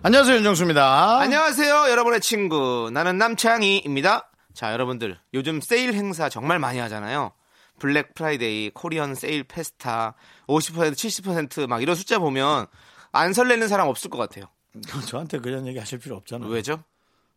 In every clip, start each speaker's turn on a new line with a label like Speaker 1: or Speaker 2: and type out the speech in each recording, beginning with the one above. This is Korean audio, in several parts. Speaker 1: 안녕하세요 윤정수입니다.
Speaker 2: 안녕하세요, 여러분의 친구. 나는 남창희입니다. 자, 여러분들. 요즘 세일 행사 정말 많이 하잖아요. 블랙 프라이데이, 코리안 세일 페스타, 50%, 70%막 이런 숫자 보면 안 설레는 사람 없을 것 같아요.
Speaker 1: 저한테 그런 얘기 하실 필요 없잖아요.
Speaker 2: 왜죠?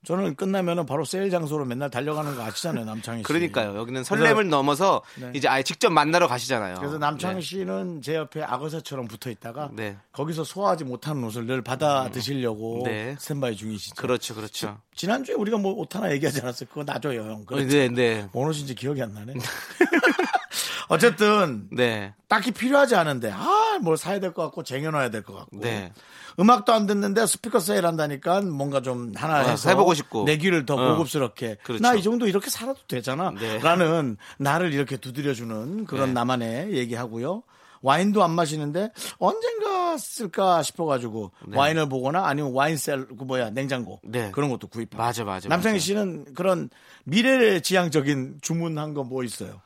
Speaker 1: 저는 끝나면은 바로 세일 장소로 맨날 달려가는 거 아시잖아요, 남창희 씨.
Speaker 2: 그러니까요. 여기는 설렘을 넘어서
Speaker 1: 네.
Speaker 2: 이제 아예 직접 만나러 가시잖아요.
Speaker 1: 그래서 남창희
Speaker 2: 네.
Speaker 1: 씨는 제 옆에 악어새처럼 붙어 있다가
Speaker 2: 네. 음.
Speaker 1: 거기서 소화하지 못하는 옷을 늘 받아 드시려고
Speaker 2: 네.
Speaker 1: 스탠바이 중이시죠.
Speaker 2: 그렇죠, 그렇죠.
Speaker 1: 지난주에 우리가 뭐 옷 하나 얘기하지 않았어요? 그거 놔줘요, 형. 그래.
Speaker 2: 네, 네.
Speaker 1: 뭔 옷인지 기억이 안 나네. 어쨌든
Speaker 2: 네.
Speaker 1: 딱히 필요하지 않은데 아 뭘 사야 될 것 같고 쟁여놔야 될 것 같고
Speaker 2: 네.
Speaker 1: 음악도 안 듣는데 스피커 세일한다니까 뭔가 좀 하나
Speaker 2: 어,
Speaker 1: 해서
Speaker 2: 해보고 싶고.
Speaker 1: 내 귀를 더
Speaker 2: 어.
Speaker 1: 고급스럽게
Speaker 2: 그렇죠.
Speaker 1: 나 이 정도 이렇게 살아도 되잖아
Speaker 2: 네.
Speaker 1: 라는 나를 이렇게 두드려주는 그런
Speaker 2: 네.
Speaker 1: 나만의 얘기하고요 와인도 안 마시는데 언젠가 쓸까 싶어가지고 와인을 보거나 아니면 와인셀 그 뭐야 냉장고
Speaker 2: 네.
Speaker 1: 그런 것도 구입하고
Speaker 2: 맞아, 맞아,
Speaker 1: 남창희
Speaker 2: 맞아.
Speaker 1: 씨는 그런 미래지향적인 주문한 거 뭐 있어요?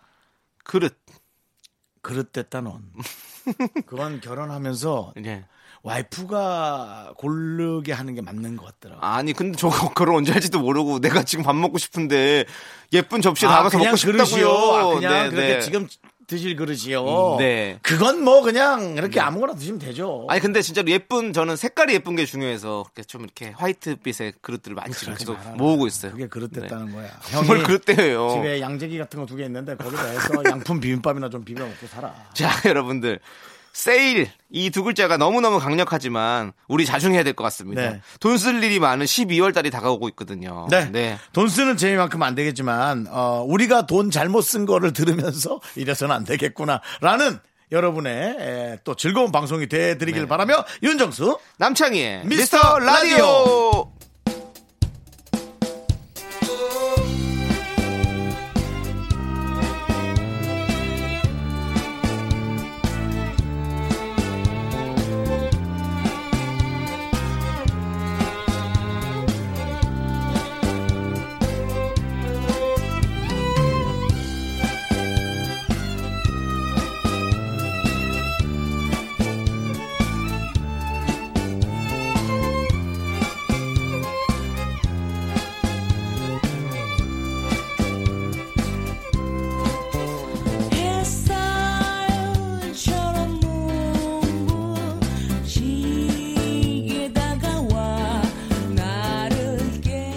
Speaker 2: 그릇.
Speaker 1: 그릇됐다 넌. 그건 결혼하면서
Speaker 2: 네.
Speaker 1: 와이프가 고르게 하는 게 맞는 것 같더라. 고
Speaker 2: 아니, 근데 저거 그걸 언제 할지도 모르고 내가 지금 밥 먹고 싶은데 예쁜 접시에 담아서 먹고 싶다고요.
Speaker 1: 아, 그냥
Speaker 2: 네,
Speaker 1: 그렇게
Speaker 2: 네.
Speaker 1: 지금 드실 그릇이요.
Speaker 2: 음, 네.
Speaker 1: 그건 뭐 그냥 이렇게 아무거나 드시면 되죠.
Speaker 2: 어? 아니 근데 진짜로 예쁜 저는 색깔이 예쁜 게 중요해서 그렇게 좀 이렇게 화이트빛의 그릇들을 많이 지금 계속
Speaker 1: 말아라.
Speaker 2: 그렇죠. 모으고 있어요.
Speaker 1: 그게 그릇됐다는 거야.
Speaker 2: 네. 뭘 그릇대요.
Speaker 1: 집에 양재기 같은 거 두 개 있는데 거기다 해서 양품 비빔밥이나 좀 비벼 먹고 살아.
Speaker 2: 네. 자 여러분들 세일 이 두 글자가 너무너무 강력하지만 우리 자중해야 될 것 같습니다.
Speaker 1: 네.
Speaker 2: 돈 쓸 일이 많은 12월 달이 다가오고 있거든요.
Speaker 1: 네. 돈 쓰는 재미만큼 안 되겠지만, 어, 우리가 돈 잘못 쓴 거를 들으면서 이래서는 안 되겠구나라는 여러분의 에, 또 즐거운 방송이 되드리길
Speaker 2: 네.
Speaker 1: 바라며 윤정수.
Speaker 2: 남창희의
Speaker 1: 미스터
Speaker 2: 미스터, 라디오.
Speaker 1: 라디오.
Speaker 3: 햇살처럼 눈부시게 다가와 나를 깨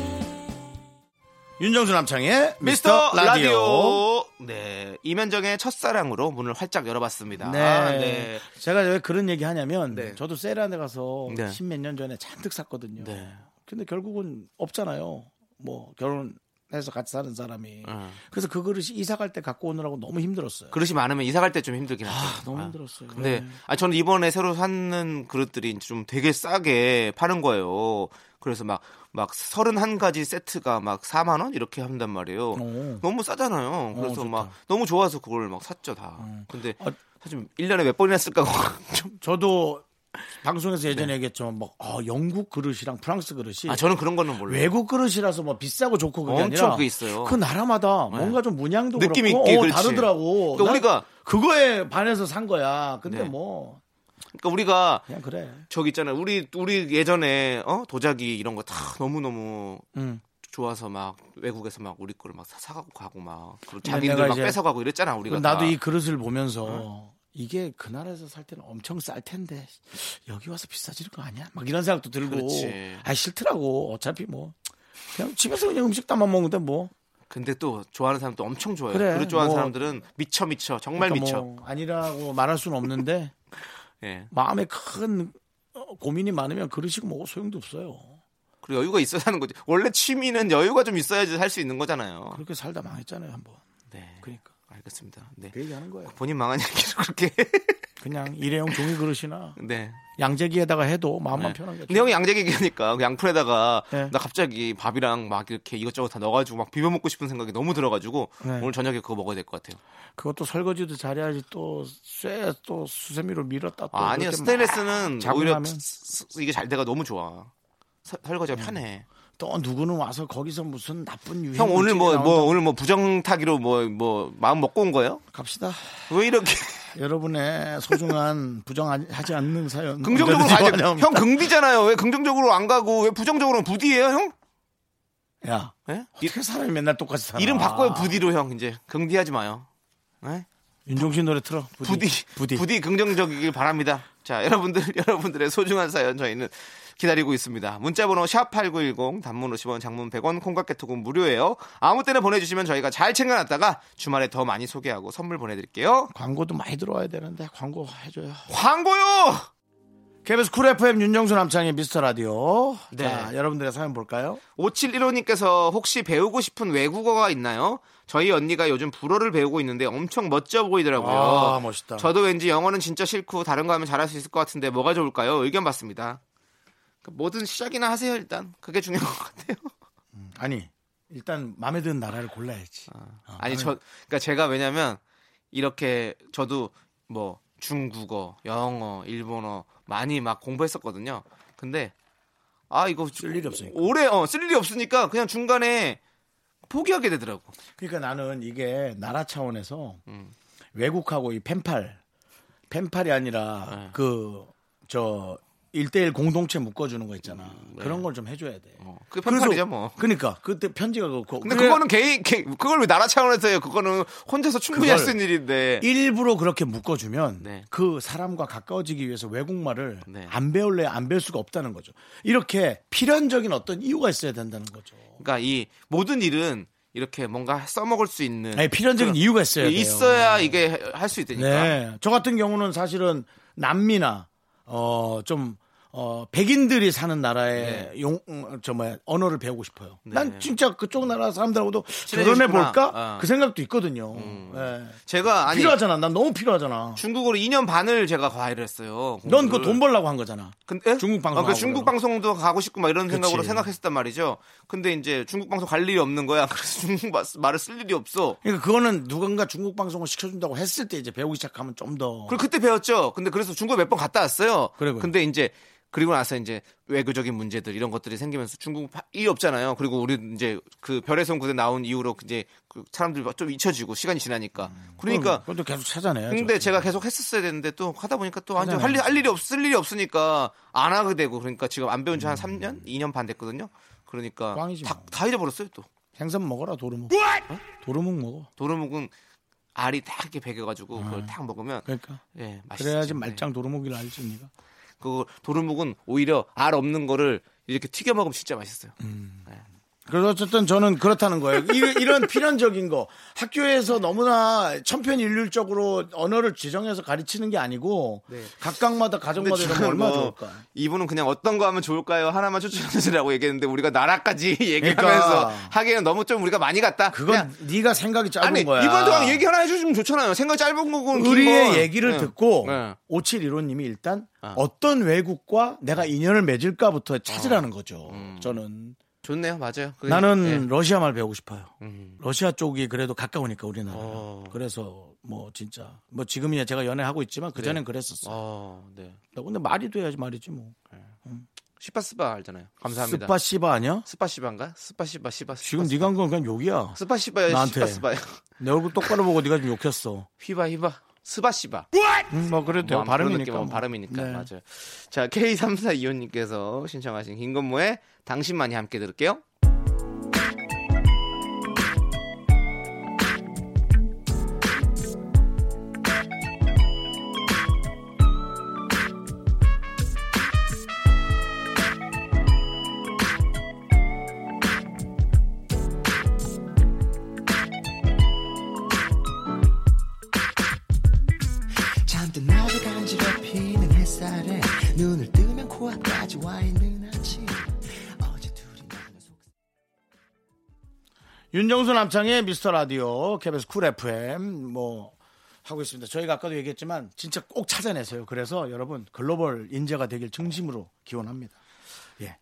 Speaker 1: 윤정수 남창의
Speaker 2: 미스터 라디오. 네. 이면정의 첫사랑으로 문을 활짝 열어봤습니다.
Speaker 1: 네.
Speaker 2: 아, 네.
Speaker 1: 제가 왜 그런 얘기 하냐면
Speaker 2: 네.
Speaker 1: 저도 세일한데 가서
Speaker 2: 네.
Speaker 1: 십몇 년 전에 잔뜩 샀거든요.
Speaker 2: 네.
Speaker 1: 근데 결국은 없잖아요. 뭐 결혼해서 같이 사는 사람이.
Speaker 2: 어.
Speaker 1: 그래서 그 그릇이 이사 갈 때 갖고 오느라고 너무 힘들었어요.
Speaker 2: 그릇이 많으면 이사 갈 때 좀 힘들긴 하죠.
Speaker 1: 아, 너무 힘들었어요.
Speaker 2: 근데
Speaker 1: 네.
Speaker 2: 아 저는 이번에 새로 샀는 그릇들이 이제 좀 되게 싸게 파는 거예요. 그래서 막 막 31가지 세트가 막 4만 원 이렇게 한단 말이에요.
Speaker 1: 오.
Speaker 2: 너무 싸잖아요. 그래서
Speaker 1: 좋다.
Speaker 2: 막 너무 좋아서 그걸 막 샀죠, 다. 근데
Speaker 1: 아,
Speaker 2: 사실 1년에 몇 번이나 쓸까 좀
Speaker 1: 저도 방송에서 예전에 얘기했지만 뭐 어, 영국 그릇이랑 프랑스 그릇이
Speaker 2: 네. 아, 저는 그런 거는 몰라요.
Speaker 1: 외국 그릇이라서 뭐 비싸고 좋고 그게
Speaker 2: 엄청
Speaker 1: 아니라
Speaker 2: 그게 있어요. 네.
Speaker 1: 그 나라마다 뭔가 좀 문양도
Speaker 2: 느낌
Speaker 1: 그렇고
Speaker 2: 있게,
Speaker 1: 어,
Speaker 2: 그렇지.
Speaker 1: 다르더라고.
Speaker 2: 그러니까
Speaker 1: 난
Speaker 2: 우리가-
Speaker 1: 그거에 반해서 산 거야. 근데
Speaker 2: 네.
Speaker 1: 뭐
Speaker 2: 그러니까 우리가
Speaker 1: 그냥 그래.
Speaker 2: 저기 있잖아요. 우리 우리 예전에 어? 도자기 이런 거 다 너무너무
Speaker 1: 음.
Speaker 2: 좋아서 막 외국에서 막 우리 거를 막 사- 사가고 가고 막 그리고
Speaker 1: 근데
Speaker 2: 자기들
Speaker 1: 내가
Speaker 2: 막
Speaker 1: 이제
Speaker 2: 뺏어가고 이랬잖아 우리가
Speaker 1: 나도
Speaker 2: 다.
Speaker 1: 이 그릇을 보면서 이게 그 나라에서 살 때는 엄청 쌀 텐데 여기 와서 비싸질 거 아니야? 막 이런 생각도 들고
Speaker 2: 그렇지.
Speaker 1: 아 싫더라고. 어차피 뭐 그냥 집에서 그냥 음식 담아 먹는데 뭐
Speaker 2: 근데 또 좋아하는 사람도 엄청 좋아해요.
Speaker 1: 그래,
Speaker 2: 그릇 좋아하는
Speaker 1: 뭐.
Speaker 2: 사람들은 미쳐 미쳐 정말
Speaker 1: 그러니까
Speaker 2: 미쳐.
Speaker 1: 뭐 아니라고 말할 수는 없는데
Speaker 2: 예.
Speaker 1: 마음에 큰 어, 고민이 많으면 그릇이고 뭐고 소용도 없어요.
Speaker 2: 그리고 여유가 있어야 하는 거지. 원래 취미는 여유가 좀 있어야지 할 수 있는 거잖아요.
Speaker 1: 그렇게 살다 망했잖아요 한번.
Speaker 2: 네.
Speaker 1: 그러니까
Speaker 2: 알겠습니다. 네.
Speaker 1: 그 얘기하는 거예요.
Speaker 2: 본인 망한 얘기를 그렇게
Speaker 1: 그냥 일회용 종이 그릇이나
Speaker 2: 네.
Speaker 1: 양재기에다가 해도 마음만
Speaker 2: 네.
Speaker 1: 편하게.
Speaker 2: 근데 형이 양재기 얘기하니까 그 양풀에다가
Speaker 1: 그렇죠. 네.
Speaker 2: 나 갑자기 밥이랑 막 이렇게 이것저것 다 넣어가지고 막 비벼 먹고 싶은 생각이 너무 들어가지고
Speaker 1: 네.
Speaker 2: 오늘 저녁에 그거 먹어야 될 것 같아요.
Speaker 1: 그것도 설거지도 잘해야지 또쇠또 수세미로 밀었다. 또
Speaker 2: 아, 아니요
Speaker 1: 뭐 그렇게
Speaker 2: 스테인레스는
Speaker 1: 자고
Speaker 2: 오히려
Speaker 1: 나면.
Speaker 2: 스- 스- 이게 잘 돼가 너무 좋아. 서-
Speaker 1: 음.
Speaker 2: 설거지가 편해.
Speaker 1: 또 누구는 와서 거기서 무슨 나쁜 유행.
Speaker 2: 형 오늘 뭐
Speaker 1: 물질이
Speaker 2: 뭐
Speaker 1: 음, 나온다.
Speaker 2: 오늘 뭐 부정타기로 뭐 뭐 마음 먹고 온 거예요?
Speaker 1: 갑시다.
Speaker 2: 왜 이렇게
Speaker 1: 여러분의 소중한 부정하지 않는 사연.
Speaker 2: 긍정적으로
Speaker 1: 언제든지
Speaker 2: 가야지.
Speaker 1: 환영합니다.
Speaker 2: 형 긍디잖아요. 왜 긍정적으로 안 가고 왜 부정적으로 부디예요, 형?
Speaker 1: 야
Speaker 2: 예? 이-
Speaker 1: 어떻게 사람이 맨날 똑같이 살아?
Speaker 2: 이름 바꿔요, 부디로 형 이제 긍디하지 마요. 예?
Speaker 1: 윤종신 노래 틀어. 부디.
Speaker 2: 부디, 부디, 긍정적이길 바랍니다. 자, 여러분들, 여러분들의 소중한 사연 저희는 기다리고 있습니다. 문자번호 샵8910, 단문 50원, 장문 100원, 콩깍개톡은 무료예요. 아무 때나 보내주시면 저희가 잘 챙겨놨다가 주말에 더 많이 소개하고 선물 보내드릴게요.
Speaker 1: 광고도 많이 들어와야 되는데 광고 해줘요.
Speaker 2: 광고요!
Speaker 1: KBS 쿨 FM 윤정수 남창의 미스터 라디오.
Speaker 2: 네.
Speaker 1: 자, 여러분들의 사연 볼까요?
Speaker 2: 5715님께서 혹시 배우고 싶은 외국어가 있나요? 저희 언니가 요즘 불어를 배우고 있는데 엄청 멋져 보이더라고요.
Speaker 1: 아, 멋있다.
Speaker 2: 저도 왠지 영어는 진짜 싫고 다른 거 하면 잘할 수 있을 것 같은데 뭐가 좋을까요? 의견 받습니다. 그 뭐든 시작이나 하세요 일단 그게 중요한 것 같아요.
Speaker 1: 아니, 일단 마음에 드는 나라를 골라야지.
Speaker 2: 아니 저 그러니까 제가 왜냐면 이렇게 저도 뭐 중국어, 영어, 일본어 많이 막 공부했었거든요. 근데 아 이거
Speaker 1: 쓸 일이 없으니까.
Speaker 2: 오래 어쓸 일이 없으니까 그냥 중간에 포기하게 되더라고.
Speaker 1: 그러니까 나는 이게 나라 차원에서
Speaker 2: 음.
Speaker 1: 외국하고 이 펜팔, 펜팔이
Speaker 2: 네.
Speaker 1: 아니라 그 저 일대일 공동체 묶어주는 거 있잖아. 그런 걸 좀 해줘야 돼.
Speaker 2: 음, 네. 어, 그게 편팔이죠, 뭐.
Speaker 1: 그러니까 그때 편지가 그렇고.
Speaker 2: 근데
Speaker 1: 그래-
Speaker 2: 그거는 개인 개, 그걸 왜 나라 차원에서 해요? 그거는 혼자서 충분히 할 수 있는 일인데.
Speaker 1: 일부러 그렇게 묶어주면
Speaker 2: 네.
Speaker 1: 그 사람과 가까워지기 위해서 외국말을
Speaker 2: 네.
Speaker 1: 안 배울래야 안 배울 수가 없다는 거죠. 이렇게 필연적인 어떤 이유가 있어야 된다는 거죠.
Speaker 2: 그러니까 이 모든 일은 이렇게 뭔가 써먹을 수 있는
Speaker 1: 아니, 필연적인
Speaker 2: 그런- 예,
Speaker 1: 이유가 있어야 돼요.
Speaker 2: 있어야 이게 할 수 있다니까.
Speaker 1: 네. 저 같은 경우는 사실은 남미나 어, 좀 어, 백인들이 사는 나라의
Speaker 2: 네.
Speaker 1: 용, 음, 저 뭐야, 언어를 배우고 싶어요. 난 진짜 그쪽 나라 사람들하고도 결혼해 볼까?
Speaker 2: 어.
Speaker 1: 그 생각도 있거든요. 예.
Speaker 2: 제가 아니
Speaker 1: 필요하잖아. 난 너무 필요하잖아.
Speaker 2: 중국어로 2년 반을 제가 과외를 했어요.
Speaker 1: 넌 그 돈 벌라고 한 거잖아.
Speaker 2: 근데
Speaker 1: 중국 방송
Speaker 2: 아, 그 중국
Speaker 1: 하고
Speaker 2: 방송도 가고 싶고 막 이런 생각으로
Speaker 1: 그치.
Speaker 2: 생각했었단 말이죠. 근데 이제 중국 방송 갈 일이 없는 거야. 그래서 중국 마- 말을 쓸 일이 없어.
Speaker 1: 그러니까 그거는 누군가 중국 방송을 시켜준다고 했을 때 이제 배우기 시작하면 좀 더.
Speaker 2: 그리고 그때 배웠죠. 근데 그래서 중국에 몇 번 갔다 왔어요.
Speaker 1: 그리고요?
Speaker 2: 근데 이제 그리고 나서 이제 외교적인 문제들 이런 것들이 생기면서 중국 파- 일이 없잖아요. 그리고 우리 이제 그 별의 성구대 나온 이후로 이제 그 사람들이 좀 잊혀지고 시간이 지나니까. 그러니까
Speaker 1: 음. 그것도 계속 찾아내야죠.
Speaker 2: 근데 제가 계속 했었어야 되는데 또 하다 보니까 또 완전 할,
Speaker 1: 하잖아요.
Speaker 2: 일- 할 일이 없을 일이 없으니까 안 하게 되고 그러니까 지금 안 배운 지 한 3년, 2년 반 됐거든요. 그러니까
Speaker 1: 음. 꽝이지
Speaker 2: 다,
Speaker 1: 뭐.
Speaker 2: 다 잃어버렸어요 또.
Speaker 1: 생선 먹어라 도루묵. 어? 도루묵 먹어.
Speaker 2: 도루묵은 알이 딱 이렇게 베겨가지고 그걸 딱 먹으면
Speaker 1: 아. 그러니까
Speaker 2: 예 맛있어요.
Speaker 1: 그래야지 말짱 도루묵이라 알지 니가.
Speaker 2: 그 도루묵은 오히려 알 없는 거를 이렇게 튀겨 먹으면 진짜 맛있어요.
Speaker 1: 음. 그래서 어쨌든 저는 그렇다는 거예요. 이, 런 필연적인 거 학교에서 너무나 천편일률적으로 언어를 지정해서 가르치는 게 아니고 각각마다 가정마다 이런 거
Speaker 2: 네. 저는
Speaker 1: 얼마나
Speaker 2: 뭐
Speaker 1: 좋을까.
Speaker 2: 이분은 그냥 어떤 거 하면 좋을까요? 하나만 추천해주라고 얘기했는데 우리가 나라까지 얘기하면서 하기에는 너무 좀 우리가 많이 갔다.
Speaker 1: 그러니까. 그건
Speaker 2: 그냥
Speaker 1: 네가 생각이 짧은
Speaker 2: 아니
Speaker 1: 거야.
Speaker 2: 이번 동안 얘기 하나 해주시면 좋잖아요. 생각 짧은 거고 긴
Speaker 1: 우리의
Speaker 2: 건.
Speaker 1: 얘기를
Speaker 2: 네.
Speaker 1: 듣고
Speaker 2: 네. 아.
Speaker 1: 5715님이 일단 어떤 외국과 내가 인연을 맺을까부터 찾으라는 거죠. 저는
Speaker 2: 좋네요, 맞아요. 아. 음. 그게-
Speaker 1: 나는
Speaker 2: 네.
Speaker 1: 러시아 말 배우고 싶어요.
Speaker 2: 음.
Speaker 1: 러시아 쪽이 그래도 가까우니까 우리나라.
Speaker 2: 어.
Speaker 1: 그래서 뭐 진짜 뭐 지금이야 제가 연애하고 있지만 그 전엔 그랬었어.
Speaker 2: 네. 어, 네.
Speaker 1: 근데 말이 돼야지 말이지 뭐.
Speaker 2: 시파스바 알잖아요. 감사합니다.
Speaker 1: 스파 씨바 아니야?
Speaker 2: 스파시바인가? 스파시바 시바.
Speaker 1: 지금
Speaker 2: 스파시바.
Speaker 1: 네가 한 건 그냥 욕이야.
Speaker 2: 스파시바요,
Speaker 1: 나한테.
Speaker 2: 시파스바요.
Speaker 1: 내 얼굴 똑바로 보고 네가 지금 욕했어.
Speaker 2: 휘바 휘바. 스바시바.
Speaker 1: 음, 뭐 그래도 돼요.
Speaker 2: 뭐
Speaker 1: 발음이니까.
Speaker 2: 아무튼 그런 느낌, 뭐
Speaker 1: 뭐.
Speaker 2: 발음이니까
Speaker 1: 네.
Speaker 2: 맞아요. 자 K3425님께서 신청하신 김건모의 당신만이 함께 들을게요.
Speaker 4: 잠든 나를 간지럽히는 햇살에 눈을 뜨면 코앞까지 와 있는 아침 어제 둘이 나눈 속
Speaker 1: 윤정수 남창의 미스터 라디오 KBS 쿨 FM 뭐 하고 있습니다. 저희가 아까도 얘기했지만 진짜 꼭 찾아내세요. 그래서 여러분 글로벌 인재가 되길 중심으로 기원합니다.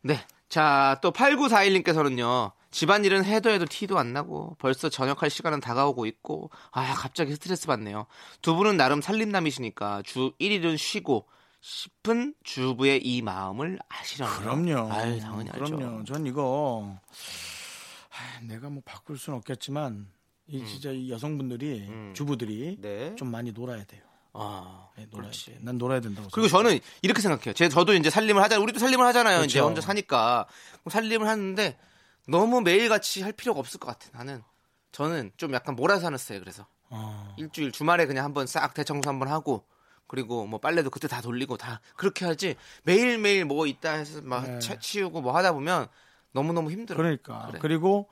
Speaker 2: 네. 자, 또 8941님께서는요. 집안일은 해도 해도 티도 안 나고 벌써 저녁할 시간은 다가오고 있고 아, 갑자기 스트레스 받네요. 두 분은 나름 살림남이시니까 주 1일은 쉬고 싶은 주부의 이 마음을 아시려나요?
Speaker 1: 그럼요.
Speaker 2: 아유, 당연히 알죠.
Speaker 1: 그럼요. 전 이거 아, 내가 뭐 바꿀 순 없겠지만 이 진짜 이 여성분들이 주부들이
Speaker 2: 음. 네.
Speaker 1: 좀 많이 놀아야 돼요.
Speaker 2: 아.
Speaker 1: 네, 놀아야 돼. 난 놀아야 된다고.
Speaker 2: 그리고 저는 이렇게 생각해요. 제 저도 이제 살림을 하잖아요. 우리도 살림을 하잖아요. 이제
Speaker 1: 그렇죠.
Speaker 2: 혼자 사니까 그럼 살림을 하는데 너무 매일같이 할 필요가 없을 것 같아. 나는 저는 좀 약간 몰아서 하는 스타일 그래서
Speaker 1: 생각해요. 어.
Speaker 2: 일주일 주말에 그냥 한번 싹 대청소 한번 하고 그리고 뭐 빨래도 그때 다 돌리고 다 그렇게 하지 매일 매일 뭐 있다 해서 막
Speaker 1: 네.
Speaker 2: 채- 치우고 뭐 하다 보면 너무 너무 힘들어.
Speaker 1: 그러니까
Speaker 2: 그래.
Speaker 1: 그리고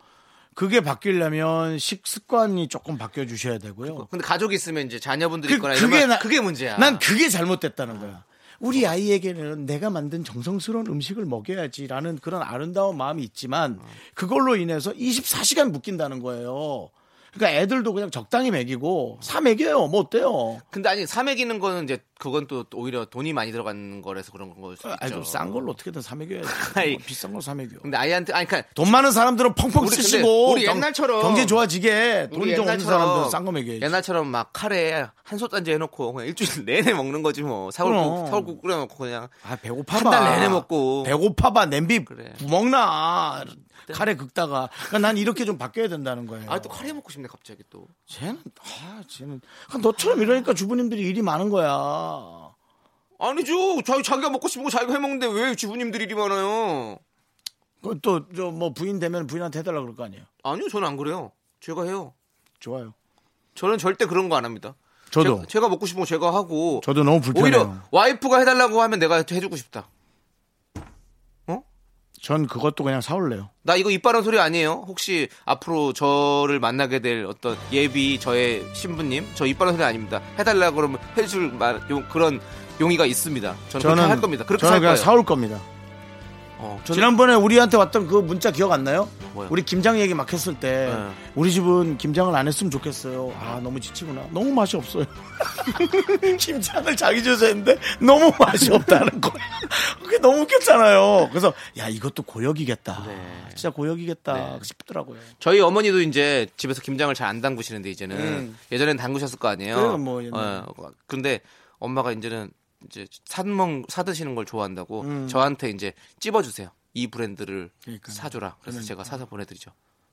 Speaker 1: 그게 바뀌려면 식습관이 조금 바뀌어 주셔야 되고요.
Speaker 2: 근데 가족이 있으면 이제 자녀분들
Speaker 1: 그-
Speaker 2: 있거나
Speaker 1: 그게
Speaker 2: 이러면
Speaker 1: 나-
Speaker 2: 그게 문제야.
Speaker 1: 난 그게 잘못됐다는 거야. 우리 아이에게는 내가 만든 정성스러운 음식을 먹여야지라는 그런 아름다운 마음이 있지만 그걸로 인해서 24시간 묶인다는 거예요. 그러니까 애들도 그냥 적당히 먹이고 사 먹여요. 뭐 어때요?
Speaker 2: 근데 아니 사먹이는 거는 이제 그건 또 오히려 돈이 많이 들어가는 거라서 그런 거일 수
Speaker 1: 아니
Speaker 2: 있죠.
Speaker 1: 좀싼 걸로 어떻게든 사 먹여야지.
Speaker 2: 아이.
Speaker 1: 뭐 비싼 걸로 사 먹여.
Speaker 2: 근데 아이한테 아니 그러니까
Speaker 1: 돈 많은 사람들은 펑펑
Speaker 2: 우리 근데
Speaker 1: 쓰시고
Speaker 2: 우리
Speaker 1: 경-
Speaker 2: 옛날처럼-
Speaker 1: 경제 좋아지게
Speaker 2: 우리
Speaker 1: 돈이 좀 없는 사람들은 싼 거 먹여야지.
Speaker 2: 옛날처럼 막 카레 한 솥단지 해놓고 그냥 일주일 내내 먹는 거지 뭐
Speaker 1: 그럼.
Speaker 2: 사골국 사골국 끓여놓고 그냥
Speaker 1: 아 배고파봐.
Speaker 2: 한달 내내 먹고.
Speaker 1: 배고파봐 냄비
Speaker 2: 그래.
Speaker 1: 구멍나 카레 긁다가. 그러니까 난 이렇게 좀 바뀌어야 된다는 거예요.
Speaker 2: 아 또 카레 먹고 싶네 갑자기 또
Speaker 1: 쟤는 아 쟤는 아, 너처럼 이러니까 주부님들이 일이 많은 거야.
Speaker 2: 아니죠 자, 자기가 먹고 싶은 거 자기가 해먹는데 왜 주부님들이 일이 많아요
Speaker 1: 그것도 저 뭐 부인 되면 부인한테 해달라 그럴 거 아니에요.
Speaker 2: 아니요 저는 안 그래요 제가
Speaker 1: 좋아요.
Speaker 2: 해요 저는 절대 그런 거 안 합니다
Speaker 1: 저도
Speaker 2: 제가, 제가 먹고 싶은 거 제가 하고
Speaker 1: 저도 너무 불편해요.
Speaker 2: 오히려 와이프가 해달라고 하면 내가 해주고 싶다
Speaker 1: 전 그것도 그냥 사올래요.
Speaker 2: 나 이거 이빨한 소리 아니에요. 혹시 앞으로 저를 만나게 될 어떤 예비 저의 신부님, 저 이빨한 소리 아닙니다. 해달라 그러면 해줄 말 용, 그런 용의가 있습니다. 저는, 그렇게 할 겁니다. 그렇게
Speaker 1: 저는
Speaker 2: 살 거예요.
Speaker 1: 그냥 사올 겁니다.
Speaker 2: 어, 저는-
Speaker 1: 지난번에 우리한테 왔던 그 문자 기억 안 나요?
Speaker 2: 뭐요?
Speaker 1: 우리 김장 얘기 막 했을 때
Speaker 2: 네.
Speaker 1: 우리 집은 김장을 안 했으면 좋겠어요. 아 너무 지치구나. 너무 맛이 없어요. 김장을 자기 줘서 했는데 너무 맛이 없다는 거야. 그게 너무 웃겼잖아요. 그래서 야 이것도 고역이겠다. 아,
Speaker 2: 네.
Speaker 1: 진짜 고역이겠다 싶더라고요.
Speaker 2: 저희 어머니도 이제 집에서 김장을 잘 안 담그시는데 이제는 예전엔 담그셨을 거 아니에요.
Speaker 1: 음. 그래요, 뭐 옛날에.
Speaker 2: 어, 근데 엄마가 이제는 이제 사먹 사드시는 걸 좋아한다고 저한테 이제 찝어주세요. 이 브랜드를
Speaker 1: 음. 그러니까요.
Speaker 2: 사줘라. 그래서 제가 사서 보내드리죠.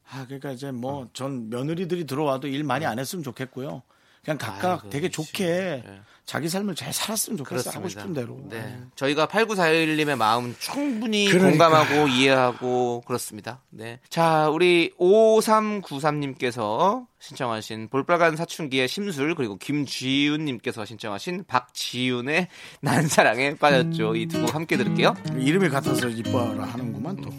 Speaker 1: 아 그러니까 이제
Speaker 2: 어.
Speaker 1: 뭐 전 며느리들이 들어와도 일 많이 안 했으면 좋겠고요. 그냥 각각
Speaker 2: 네. 아이고,
Speaker 1: 되게
Speaker 2: 씨.
Speaker 1: 좋게
Speaker 2: 네.
Speaker 1: 자기 삶을 잘 살았으면 좋겠어요.
Speaker 2: 그렇습니다.
Speaker 1: 하고 싶은 대로.
Speaker 2: 네. 저희가 8941님의 마음 충분히
Speaker 1: 그러니까.
Speaker 2: 공감하고 이해하고 그렇습니다. 네. 자, 우리 5393님께서 신청하신 볼빨간 사춘기의 심술 그리고 김지윤님께서 신청하신 박지윤의 난 사랑에 빠졌죠. 이 두 곡 함께 들을게요.
Speaker 1: 이름이 같아서 이뻐라 하는구만 또.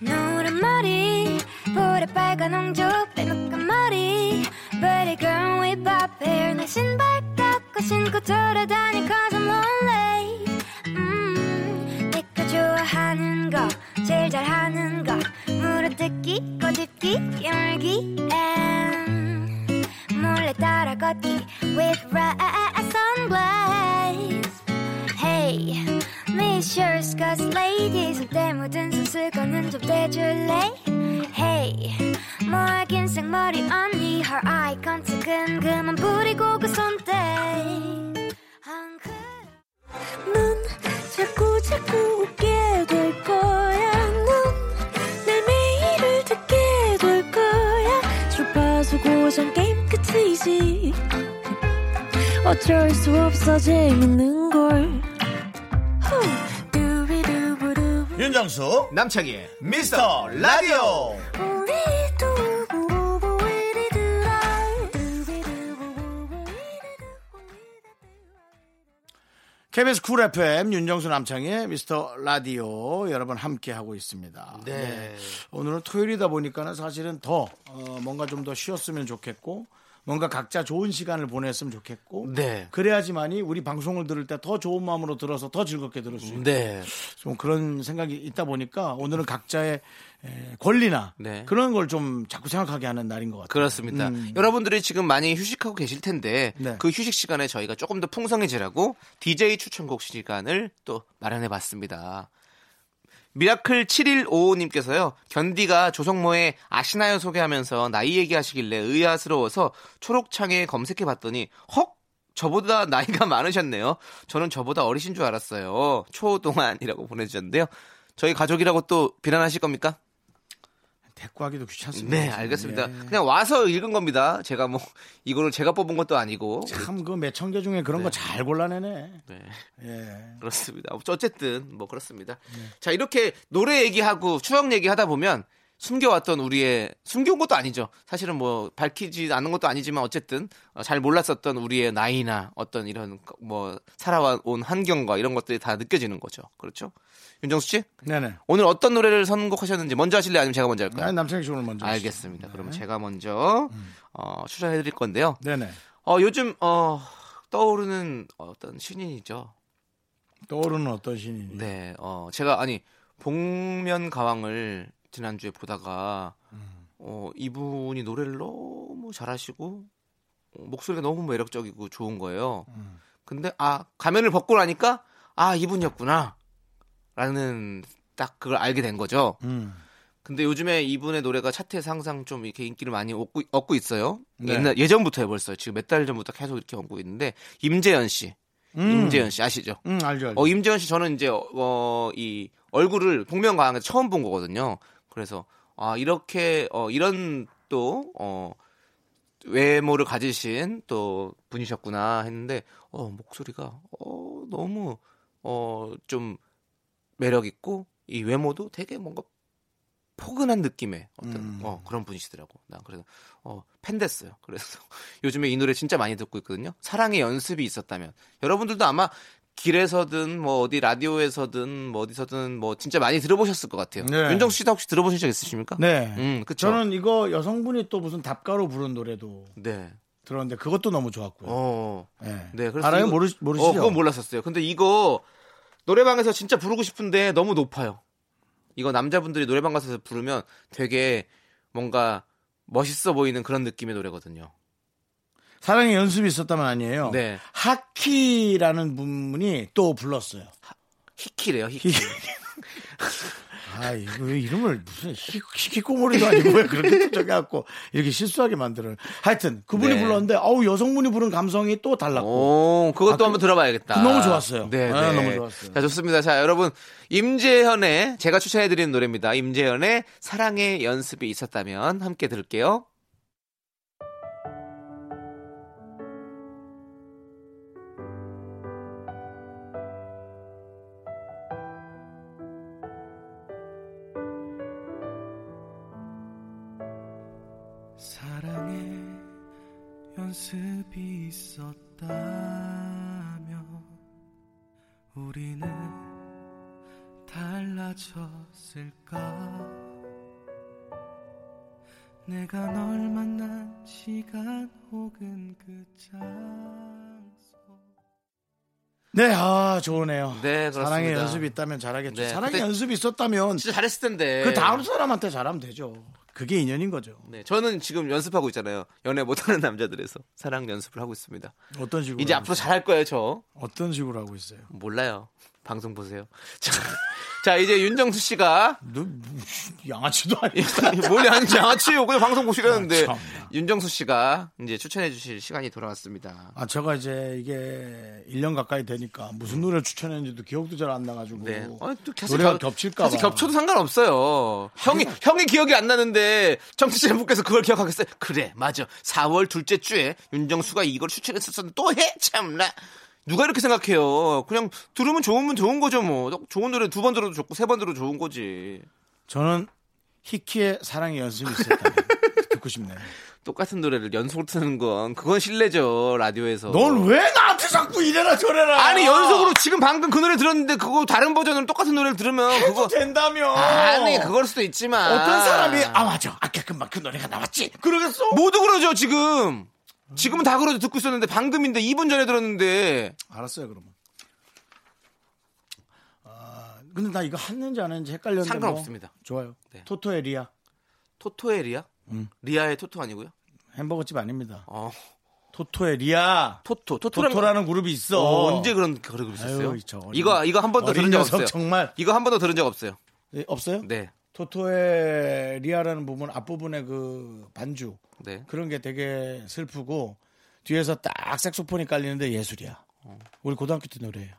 Speaker 5: 노란 머리 볼에 빨간 옹주 빼먹은 머리 Pretty girl with pop hair 내 신발 닦고 신고 돌아다니 cause I'm lonely 음, 내가 좋아하는 거 제일 잘하는 거 물어뜯기 꼬집기 깨물기 and 몰래 따라 걷기 with red sunglasses Hey, Miss Yours, cause ladies 때 모든 순수건은 좀 대줄래? Hey, 뭐야 긴 생머리 언니 Her eye contact 그만 부리고 그 손대 한 그릇
Speaker 3: 넌 자꾸 자꾸 웃게 될 거야. 넌내 매일을 듣게 될 거야. 주파수 고정 게임 끝이지. 어쩔 수 없어 재밌는 걸. 후. 두비두부두.
Speaker 1: 윤정수
Speaker 2: 남창희의
Speaker 1: 미스터 라디오
Speaker 3: 우리 두부부부 우리들아. 두비두부부부 우리들아.
Speaker 1: KBS 쿨 FM 윤정수 남창의 미스터 라디오 여러분 함께 하고 있습니다.
Speaker 2: 네.
Speaker 1: 오늘은 토요일이다 보니까는 사실은 더 어, 뭔가 좀 더 쉬었으면 좋겠고 뭔가 각자 좋은 시간을 보냈으면 좋겠고
Speaker 2: 네.
Speaker 1: 그래야지만이 우리 방송을 들을 때 더 좋은 마음으로 들어서 더 즐겁게 들을 수 있고
Speaker 2: 네.
Speaker 1: 좀 그런 생각이 있다 보니까 오늘은 각자의 에, 권리나
Speaker 2: 네.
Speaker 1: 그런 걸 좀 자꾸 생각하게 하는 날인 것 같아요. 음.
Speaker 2: 그렇습니다. 여러분들이 지금 많이 휴식하고 계실 텐데
Speaker 1: 네.
Speaker 2: 그 휴식 시간에 저희가 조금 더 풍성해지라고 DJ 추천곡 시간을 또 마련해 봤습니다. 미라클 7155님께서요. 견디가 조성모의 아시나요 소개하면서 나이 얘기하시길래 의아스러워서 초록창에 검색해 봤더니 헉 저보다 나이가 많으셨네요. 저는 저보다 어리신 줄 알았어요. 초동안이라고 보내주셨는데요. 저희 가족이라고 또 비난하실 겁니까?
Speaker 1: 대꾸하기도 귀찮습니다.
Speaker 2: 네, 알겠습니다.
Speaker 1: 예.
Speaker 2: 그냥 와서 읽은 겁니다. 제가 뭐 이거를 제가 뽑은 것도 아니고.
Speaker 1: 참그 몇천 개 중에 그런 거 잘 골라내네.
Speaker 2: 네,
Speaker 1: 예.
Speaker 2: 그렇습니다. 어쨌든 뭐 그렇습니다.
Speaker 1: 네.
Speaker 2: 자, 이렇게 노래 얘기하고 추억 얘기하다 보면 숨겨왔던 우리의 숨겨온 것도 아니죠. 사실은 뭐 밝히지 않은 것도 아니지만 어쨌든 어, 잘 몰랐었던 우리의 나이나 어떤 이런 뭐 살아온 환경과 이런 것들이 다 느껴지는 거죠. 그렇죠? 윤정수 씨
Speaker 1: 네네.
Speaker 2: 오늘 어떤 노래를 선곡하셨는지 먼저 하실래요? 아니면 제가 먼저 할까요?
Speaker 1: 아니, 남창희 씨 오늘 네, 먼저. 하시죠. 네. 음.
Speaker 2: 알겠습니다. 그러면 제가 먼저 어, 추천해드릴 건데요.
Speaker 1: 네네.
Speaker 2: 어, 요즘 어, 떠오르는 어떤 신인이죠.
Speaker 1: 떠오르는 어떤 신이?
Speaker 2: 네, 어, 제가 아니 복면 가왕을 지난 주에 보다가 어, 이분이 노래를 너무 잘하시고 어, 목소리가 너무 매력적이고 좋은 거예요. 근데 아 가면을 벗고 나니까 아 이분이었구나라는 딱 그걸 알게 된 거죠.
Speaker 1: 음.
Speaker 2: 근데 요즘에 이분의 노래가 차트에서 항상 좀 이렇게 인기를 많이 얻고, 얻고 있어요.
Speaker 1: 네.
Speaker 2: 옛날 예전부터 해벌써 지금 몇 달 전부터 계속 이렇게 얻고 있는데 임재현 씨, 임재현 씨 아시죠?
Speaker 1: 음, 알죠, 알죠.
Speaker 2: 어 임재현 씨 저는 이제 어이 얼굴을 복면가왕에서 처음 본 거거든요. 그래서 아 이렇게 어 이런 또어 외모를 가지신 또 분이셨구나 했는데 어 목소리가 어 너무 어 좀 매력 있고 이 외모도 되게 뭔가 포근한 느낌의 어떤
Speaker 1: 음.
Speaker 2: 어, 그런 분이시더라고. 나 그래서 어, 팬 됐어요. 그래서 요즘에 이 노래 진짜 많이 듣고 있거든요. 사랑의 연습이 있었다면 여러분들도 아마 길에서든 뭐 어디 라디오에서든 뭐 어디서든 뭐 진짜 많이 들어보셨을 것 같아요.
Speaker 1: 네.
Speaker 2: 윤정수 씨도 혹시 들어보신 적 있으십니까?
Speaker 1: 네.
Speaker 2: 음, 그쵸.
Speaker 1: 저는 이거 여성분이 또 무슨 답가로 부른 노래도
Speaker 2: 네.
Speaker 1: 들었는데 그것도 너무 좋았고요.
Speaker 2: 어.
Speaker 1: 예.
Speaker 2: 네, 그래서
Speaker 1: 알아요?
Speaker 2: 이거-
Speaker 1: 모르, 모르시죠?
Speaker 2: 어, 그건 몰랐었어요. 근데 이거 노래방에서 진짜 부르고 싶은데 너무 높아요. 이거 남자분들이 노래방 가서 부르면 되게 뭔가 멋있어 보이는 그런 느낌의 노래거든요.
Speaker 1: 사랑의 연습이 있었다면 아니에요.
Speaker 2: 네.
Speaker 1: 하키라는 분이 또 불렀어요.
Speaker 2: 히키래요, 히키.
Speaker 1: 아, 이거 왜 이름을 무슨 히- 히키꼬모리도 아니고 왜 그렇게 또 저기 갖고 이렇게 실수하게 만들어요. 하여튼 그분이
Speaker 2: 네.
Speaker 1: 불렀는데 어우 여성분이 부른 감성이 또 달랐고.
Speaker 2: 오, 그것도
Speaker 1: 아, 그-
Speaker 2: 한번 들어봐야겠다.
Speaker 1: 너무 좋았어요.
Speaker 2: 네,
Speaker 1: 아,
Speaker 2: 네.
Speaker 1: 너무 좋았어요.
Speaker 2: 자, 좋습니다. 자, 여러분, 임재현의 제가 추천해드리는 노래입니다. 임재현의 사랑의 연습이 있었다면 함께 들을게요.
Speaker 4: 사랑의 연습이 있었다면 우리는 달라졌을까 내가 널 만난 시간 혹은 그 장소
Speaker 1: 네, 아 좋으네요.
Speaker 2: 네, 그렇습니다.
Speaker 1: 사랑의 연습이 있다면 잘하겠죠.
Speaker 2: 네,
Speaker 1: 사랑의
Speaker 2: 그때-
Speaker 1: 연습이 있었다면
Speaker 2: 진짜 네. 잘했을 텐데.
Speaker 1: 그 다음 사람한테 잘하면 되죠. 그게 인연인 거죠.
Speaker 2: 네, 저는 지금 연습하고 있잖아요. 연애 못하는 남자들에서 사랑 연습을 하고 있습니다.
Speaker 1: 어떤 식으로
Speaker 2: 이제
Speaker 1: 하고
Speaker 2: 앞으로
Speaker 1: 있어요?
Speaker 2: 잘할 거예요, 저.
Speaker 1: 어떤 식으로 하고 있어요?
Speaker 2: 몰라요. 방송 보세요. 자, 자, 이제 윤정수 씨가
Speaker 1: 너 뭐, 양아치도 아니야.
Speaker 2: 뭘 하는지 아치요. 그냥 방송 보시라는데
Speaker 1: 아, 참나.
Speaker 2: 윤정수 씨가 이제 추천해 주실 시간이 돌아왔습니다.
Speaker 1: 아, 제가 이제 이게 1년 가까이 되니까 무슨 노래 를 추천했는지도 기억도 잘 안 나가지고.
Speaker 2: 네. 아니, 또 계속
Speaker 1: 노래가
Speaker 2: 겹-
Speaker 1: 겹칠까
Speaker 2: 사실
Speaker 1: 봐.
Speaker 2: 겹쳐도 상관없어요. 형이 형이 기억이 안 나는데 정치자분께서 그걸 기억하겠어요. 그래, 맞아. 4월 둘째 주에 윤정수가 이걸 추천했었는데 또 해? 참나. 누가 이렇게 생각해요? 그냥 들으면 좋으면 좋은 거죠, 뭐. 좋은 노래 두 번 들어도 좋고 세 번 들어도 좋은 거지.
Speaker 1: 저는 히키의 사랑의 연습이 있었다. 듣고 싶네요.
Speaker 2: 똑같은 노래를 연속으로 트는 건 그건 실례죠, 라디오에서.
Speaker 1: 넌 왜 나한테 자꾸 이래라 저래라.
Speaker 2: 아니, 연속으로 지금 방금 그 노래 들었는데 그거 다른 버전으로 똑같은 노래를 들으면 그거
Speaker 1: 된다며.
Speaker 2: 아니, 그럴 수도 있지만 아,
Speaker 1: 어떤 사람이 아 맞아. 아까 금방 그 노래가 나왔지. 그러겠어?
Speaker 2: 모두 그러죠 지금 지금은 다 그러죠 듣고 있었는데 방금인데 2분 전에 들었는데
Speaker 1: 알았어요, 그러면. 아, 근데 나 이거 했는지 안 했는지 헷갈렸는데.
Speaker 2: 상관없습니다.
Speaker 1: 뭐. 좋아요.
Speaker 2: 네.
Speaker 1: 토토의 리아.
Speaker 2: 토토의 리아?
Speaker 1: 음.
Speaker 2: 리아의 토토 아니고요?
Speaker 1: 햄버거집 아닙니다.
Speaker 2: 어
Speaker 1: 토토의 리아.
Speaker 2: 토토 토토라는
Speaker 1: 토토라는 그룹이 있어.
Speaker 2: 어, 언제 그런 그룹이 있었어요?
Speaker 1: 아유, 저 어린-
Speaker 2: 이거 이거 한 번도
Speaker 1: 어린
Speaker 2: 들은 적
Speaker 1: 녀석
Speaker 2: 없어요.
Speaker 1: 정말.
Speaker 2: 이거 한 번도 들은 적 없어요.
Speaker 1: 네, 없어요?
Speaker 2: 네,
Speaker 1: 토토의 리아라는 부분 앞부분의 그 반주.
Speaker 2: 네.
Speaker 1: 그런 게 되게 슬프고 뒤에서 딱 색소폰이 깔리는데 예술이야. 우리 고등학교 때 노래예요.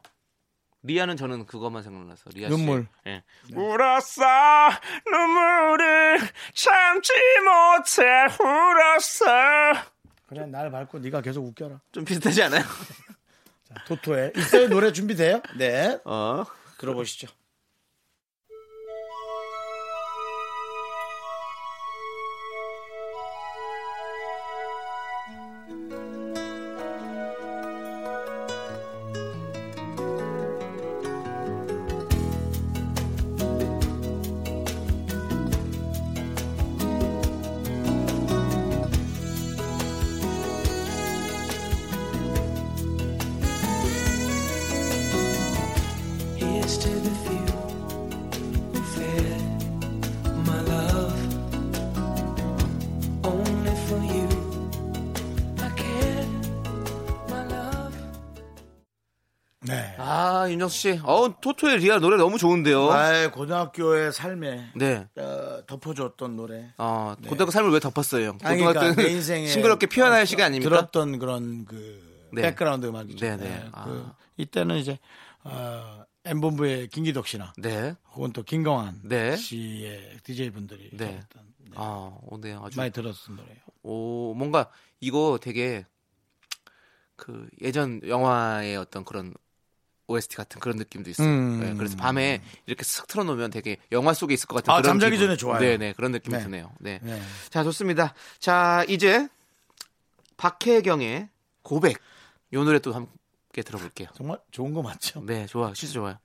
Speaker 2: 리아는 저는 그것만 생각나서 리아 씨.
Speaker 1: 눈물. 네.
Speaker 2: 예. 울었어 눈물을 참지 못해 울었어.
Speaker 1: 그냥 날 밟고 네가 계속 웃겨라.
Speaker 2: 좀 비슷하지 않아요?
Speaker 1: 자, 토토의 있어요 노래 준비돼요? 네.
Speaker 2: 어.
Speaker 1: 들어보시죠.
Speaker 4: Here's to the few who fear my love. Only for you, I care, my love.
Speaker 1: 네.
Speaker 2: 아 윤정수 씨, 어 토토의 리아 노래 너무 좋은데요.
Speaker 1: 나의 고등학교의 삶에
Speaker 2: 네.
Speaker 1: 어, 덮어줬던 노래.
Speaker 2: 어 고등학교 삶을 왜 덮었어요?
Speaker 1: 네. 아니,
Speaker 2: 고등학교
Speaker 1: 그러니까 내 인생에
Speaker 2: 싱그럽게 피어날 시간 아닙니까?
Speaker 1: 들었던 그런 그
Speaker 2: 네.
Speaker 1: 백그라운드 음악이죠.
Speaker 2: 네, 네.
Speaker 1: 네, 그
Speaker 2: 아.
Speaker 1: 이때는 이제 어, 엠본부의 김기덕 씨나
Speaker 2: 네.
Speaker 1: 혹은 또 김경환
Speaker 2: 네.
Speaker 1: 씨의 DJ 분들이
Speaker 2: 네.
Speaker 1: 했던 네.
Speaker 2: 아, 오, 네, 아주
Speaker 1: 많이 들었던 노래예요.
Speaker 2: 오, 뭔가 이거 되게 그 예전 영화의 어떤 그런 OST 같은 그런 느낌도 있어요.
Speaker 1: 음.
Speaker 2: 네, 그래서 밤에 이렇게 슥 틀어놓으면 되게 영화 속에 있을 것 같은
Speaker 1: 아,
Speaker 2: 그런
Speaker 1: 잠자기
Speaker 2: 기분.
Speaker 1: 전에 좋아요.
Speaker 2: 네네 그런 느낌이
Speaker 1: 네.
Speaker 2: 드네요. 네.
Speaker 1: 네.
Speaker 2: 자 좋습니다. 자 이제 박혜경의 고백 요 노래 또 함께 들어볼게요.
Speaker 1: 정말 좋은 거 맞죠?
Speaker 2: 네 좋아 진짜 좋아요.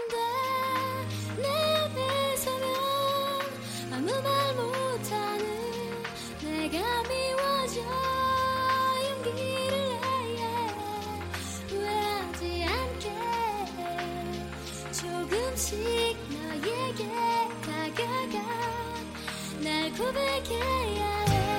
Speaker 3: 말해야 하는데 내 뺏으면 아무 말 못하는 내가 미워져 용기를 내야 후회하지 않게 조금씩 너에게 다가가 날 고백해야 해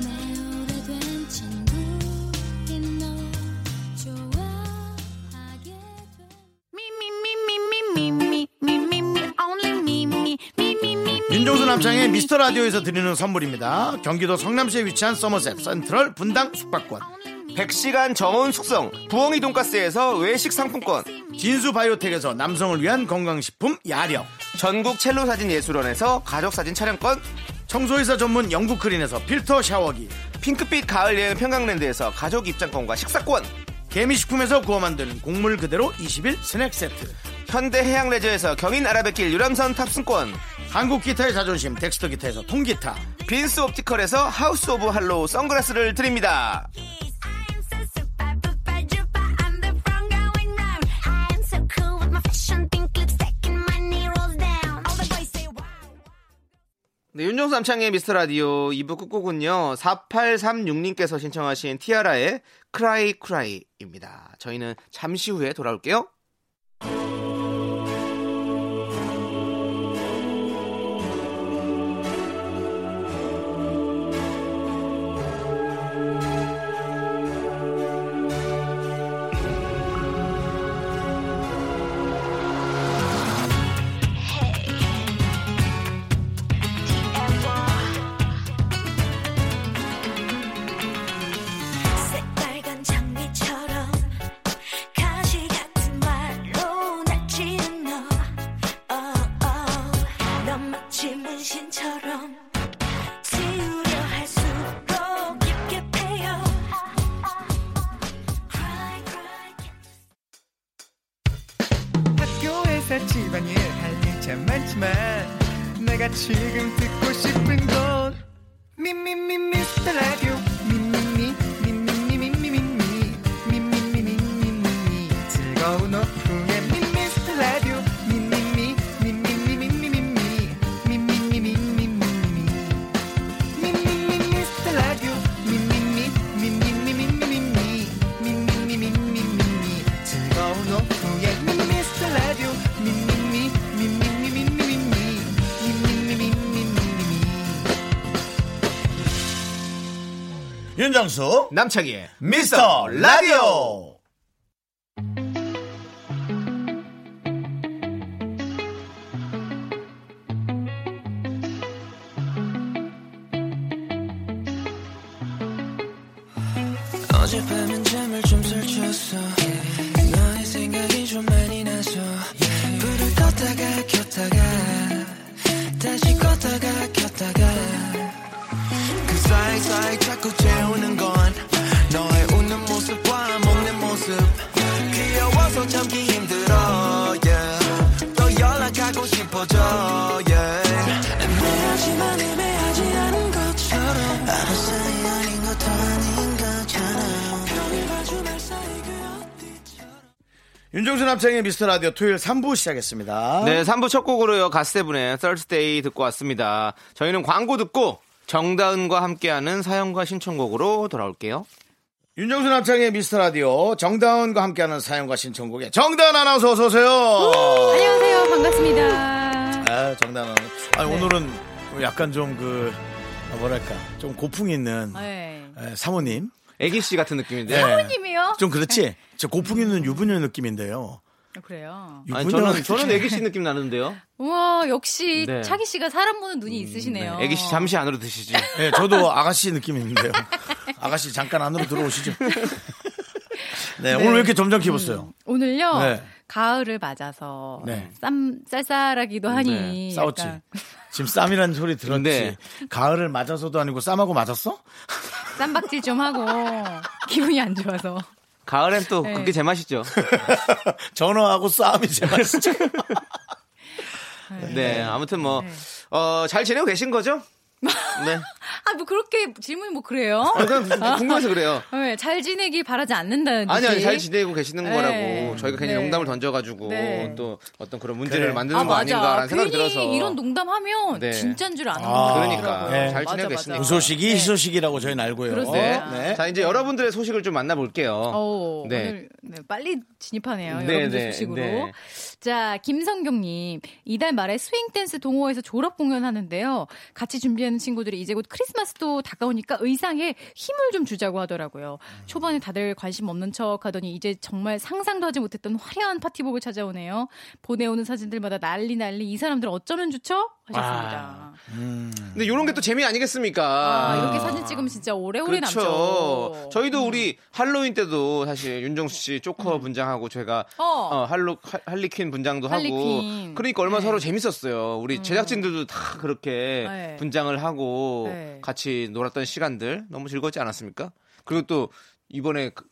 Speaker 3: 내 오래된 친구인 너 좋아하게
Speaker 2: 네.
Speaker 1: 윤종수 남창의 미스터 라디오에서 드리는 선물입니다. 경기도 성남시에 위치한 서머셋 센트럴 분당 숙박권,
Speaker 2: 100시간 정원 숙성 부엉이 돈가스에서 외식 상품권
Speaker 1: 진수 바이오텍에서 남성을 위한 건강식품 야력,
Speaker 2: 전국 첼로 사진 예술원에서 가족 사진 촬영권
Speaker 1: 청소이사 전문 영국 크린에서 필터 샤워기,
Speaker 2: 핑크빛 가을 여행 평강랜드에서 가족 입장권과 식사권
Speaker 1: 개미식품에서 구워 만든 곡물 그대로 20일 스낵 세트,
Speaker 2: 현대 해양 레저에서 경인 아라뱃길 유람선 탑승권
Speaker 1: 한국 기타의 자존심 덱스터 기타에서 통기타,
Speaker 2: 빈스 옵티컬에서 하우스 오브 할로우 선글라스를 드립니다 네, 윤종수 남창의 미스터 라디오 2부 끝곡은요 4836님께서 신청하신 티아라의 크라이 크라이입니다 저희는 잠시 후에 돌아올게요
Speaker 3: 새빨간 장미처럼 가시 같은 말로 날치는 너 어, 넌 마치 문신처럼 지우려 할수록 깊게 패요 Cry cry
Speaker 6: 학교에서 집안일 할 일 참 많지만 내가 지금 듣고 싶은 건 미미미 미스터 라디오 미미미 미미미 미미미 미미미 미미미 즐거운 오후에 미스터 라디오 미미미 미미미 미미미 미미미 미미미 미미미 미스터 라디오 미미미 미미미 미미미 미미미 미미미 즐거운 오후에 미스터 라디오 미미미 미미미 미미미 미미미 미미미
Speaker 1: 윤정수
Speaker 2: 남창희의
Speaker 1: 미스터 라디오
Speaker 7: 어젯밤엔 잠을 좀 설쳤어 너의 생각이 좀 많이 나서 불을 껐다가 켰다가 다시 껐다가 켰다가 그 사이사이 자꾸 재우는 건 너의 웃는 모습과 먹는 모습 귀여워서 참기 힘들어 yeah. 또 연락하고 싶어져 yeah. 애매하지만 애매하지 않은 것처럼 바로 사이 아닌 것도 아닌 것처럼 평일 봐주말 사이 그 어디처럼
Speaker 1: 윤정수 남창의 미스터 라디오 토요일 3부 시작했습니다
Speaker 2: 네, 3부 첫 곡으로요. 가스테븐의 Thursday 듣고 왔습니다. 저희는 광고 듣고 정다은과 함께하는 사연과 신청곡으로 돌아올게요.
Speaker 1: 윤정수 남창의 미스터 라디오 정다은과 함께하는 사연과 신청곡에 정다은 아나운서 어서 오세요
Speaker 8: 안녕하세요. 반갑습니다.
Speaker 1: 아, 정다은 아나운서.
Speaker 8: 네.
Speaker 1: 아니 오늘은 약간 좀 그 뭐랄까 좀 고풍이 있는
Speaker 8: 네.
Speaker 1: 에, 사모님 예.
Speaker 2: 애기씨 같은 느낌인데.
Speaker 8: 님이요?
Speaker 1: 좀 그렇지? 저 고풍이 있는 유부녀 느낌인데요
Speaker 8: 그래요.
Speaker 2: 아니,
Speaker 1: 유부녀
Speaker 2: 저는, 저는 애기씨 느낌 나는데요.
Speaker 8: 우와, 역시
Speaker 2: 네. 음,
Speaker 8: 차기 씨가 사람 보는 눈이 있으시네요.
Speaker 2: 애기씨 잠시 안으로 드시지.
Speaker 1: 네, 저도 아가씨 느낌이 있는데요. 아가씨 잠깐 안으로 들어오시죠. 네, 오늘 왜 이렇게 점점
Speaker 8: 음,
Speaker 1: 키웠어요?
Speaker 8: 오늘요.
Speaker 1: 네.
Speaker 8: 가을을 맞아서
Speaker 1: 네.
Speaker 8: 쌈 쌀쌀하기도 하니
Speaker 2: 네,
Speaker 1: 싸웠지.
Speaker 8: 약간
Speaker 1: 지금 쌈이라는 소리 들었지.
Speaker 2: 네.
Speaker 1: 가을을 맞아서도 아니고 쌈하고 맞았어?
Speaker 8: 쌈박질 좀 하고 기분이 안 좋아서
Speaker 2: 가을엔 또
Speaker 8: 네.
Speaker 2: 그게 제맛이죠.
Speaker 1: 전어하고 쌈이 제발 진짜.
Speaker 2: 네, 아무튼 뭐, 어, 잘 지내고 계신 거죠? 네.
Speaker 8: 아 뭐 그렇게 질문이 뭐 그래요?
Speaker 2: 아, 그냥 궁금해서 그래요.
Speaker 8: 네, 잘 지내기 바라지 않는다는
Speaker 2: 아니, 아니,
Speaker 8: 듯이.
Speaker 2: 잘 지내고 계시는
Speaker 8: 네.
Speaker 2: 거라고. 저희가 괜히
Speaker 8: 네.
Speaker 2: 농담을 던져가지고
Speaker 8: 네.
Speaker 2: 또 어떤 그런 문제를
Speaker 1: 그래.
Speaker 2: 만드는
Speaker 8: 아
Speaker 2: 거
Speaker 8: 맞아.
Speaker 2: 아닌가라는
Speaker 8: 괜히
Speaker 2: 생각이 들어서.
Speaker 8: 이런 농담하면
Speaker 2: 네.
Speaker 8: 진짠 줄 아는
Speaker 1: 아,
Speaker 8: 거
Speaker 2: 그러니까.
Speaker 1: 네.
Speaker 2: 잘 지내고 계시니까.
Speaker 1: 무소식이 희소식이라고 저희는 알고요.
Speaker 8: 네. 그렇습니다.
Speaker 2: 네.
Speaker 8: 어,
Speaker 1: 네.
Speaker 2: 자, 이제 여러분들의 소식을 좀 만나볼게요.
Speaker 8: 오,
Speaker 2: 네.
Speaker 8: 오늘 네, 빨리 진입하네요.
Speaker 2: 네,
Speaker 8: 여러분들
Speaker 2: 네,
Speaker 8: 소식으로.
Speaker 2: 네.
Speaker 8: 자, 김성경님 이달 말에 스윙 댄스 동호회에서 졸업 공연하는데요. 같이 준비하는 친구들이 이제 곧 크리스마스도 다가오니까 의상에 힘을 좀 주자고 하더라고요.
Speaker 2: 음.
Speaker 8: 초반에 다들 관심 없는 척하더니 이제 정말 상상도 하지 못했던 화려한 파티복을 찾아오네요. 보내오는 사진들마다 난리 난리. 이 사람들 어쩌면 좋죠?
Speaker 2: 아.
Speaker 8: 하셨습니다.
Speaker 2: 근데 이런 게 또 재미 아니겠습니까?
Speaker 8: 아, 이렇게 사진 찍으면 진짜 오래오래
Speaker 2: 그렇죠.
Speaker 8: 남죠. 음.
Speaker 2: 저희도 우리 할로윈 때도 사실 윤정수 씨 조커 분장하고 제가
Speaker 8: 어.
Speaker 2: 어, 할로 할- 할리퀸 분장도 하고
Speaker 8: 할리퀸.
Speaker 2: 그러니까 얼마 나
Speaker 8: 네. 음.
Speaker 2: 서로 재밌었어요. 우리 제작진들도 다 그렇게
Speaker 8: 네.
Speaker 2: 분장을 하고
Speaker 8: 네.
Speaker 2: 같이 놀았던 시간들 너무 즐거웠지 않았습니까? 그리고 또 이번에 그-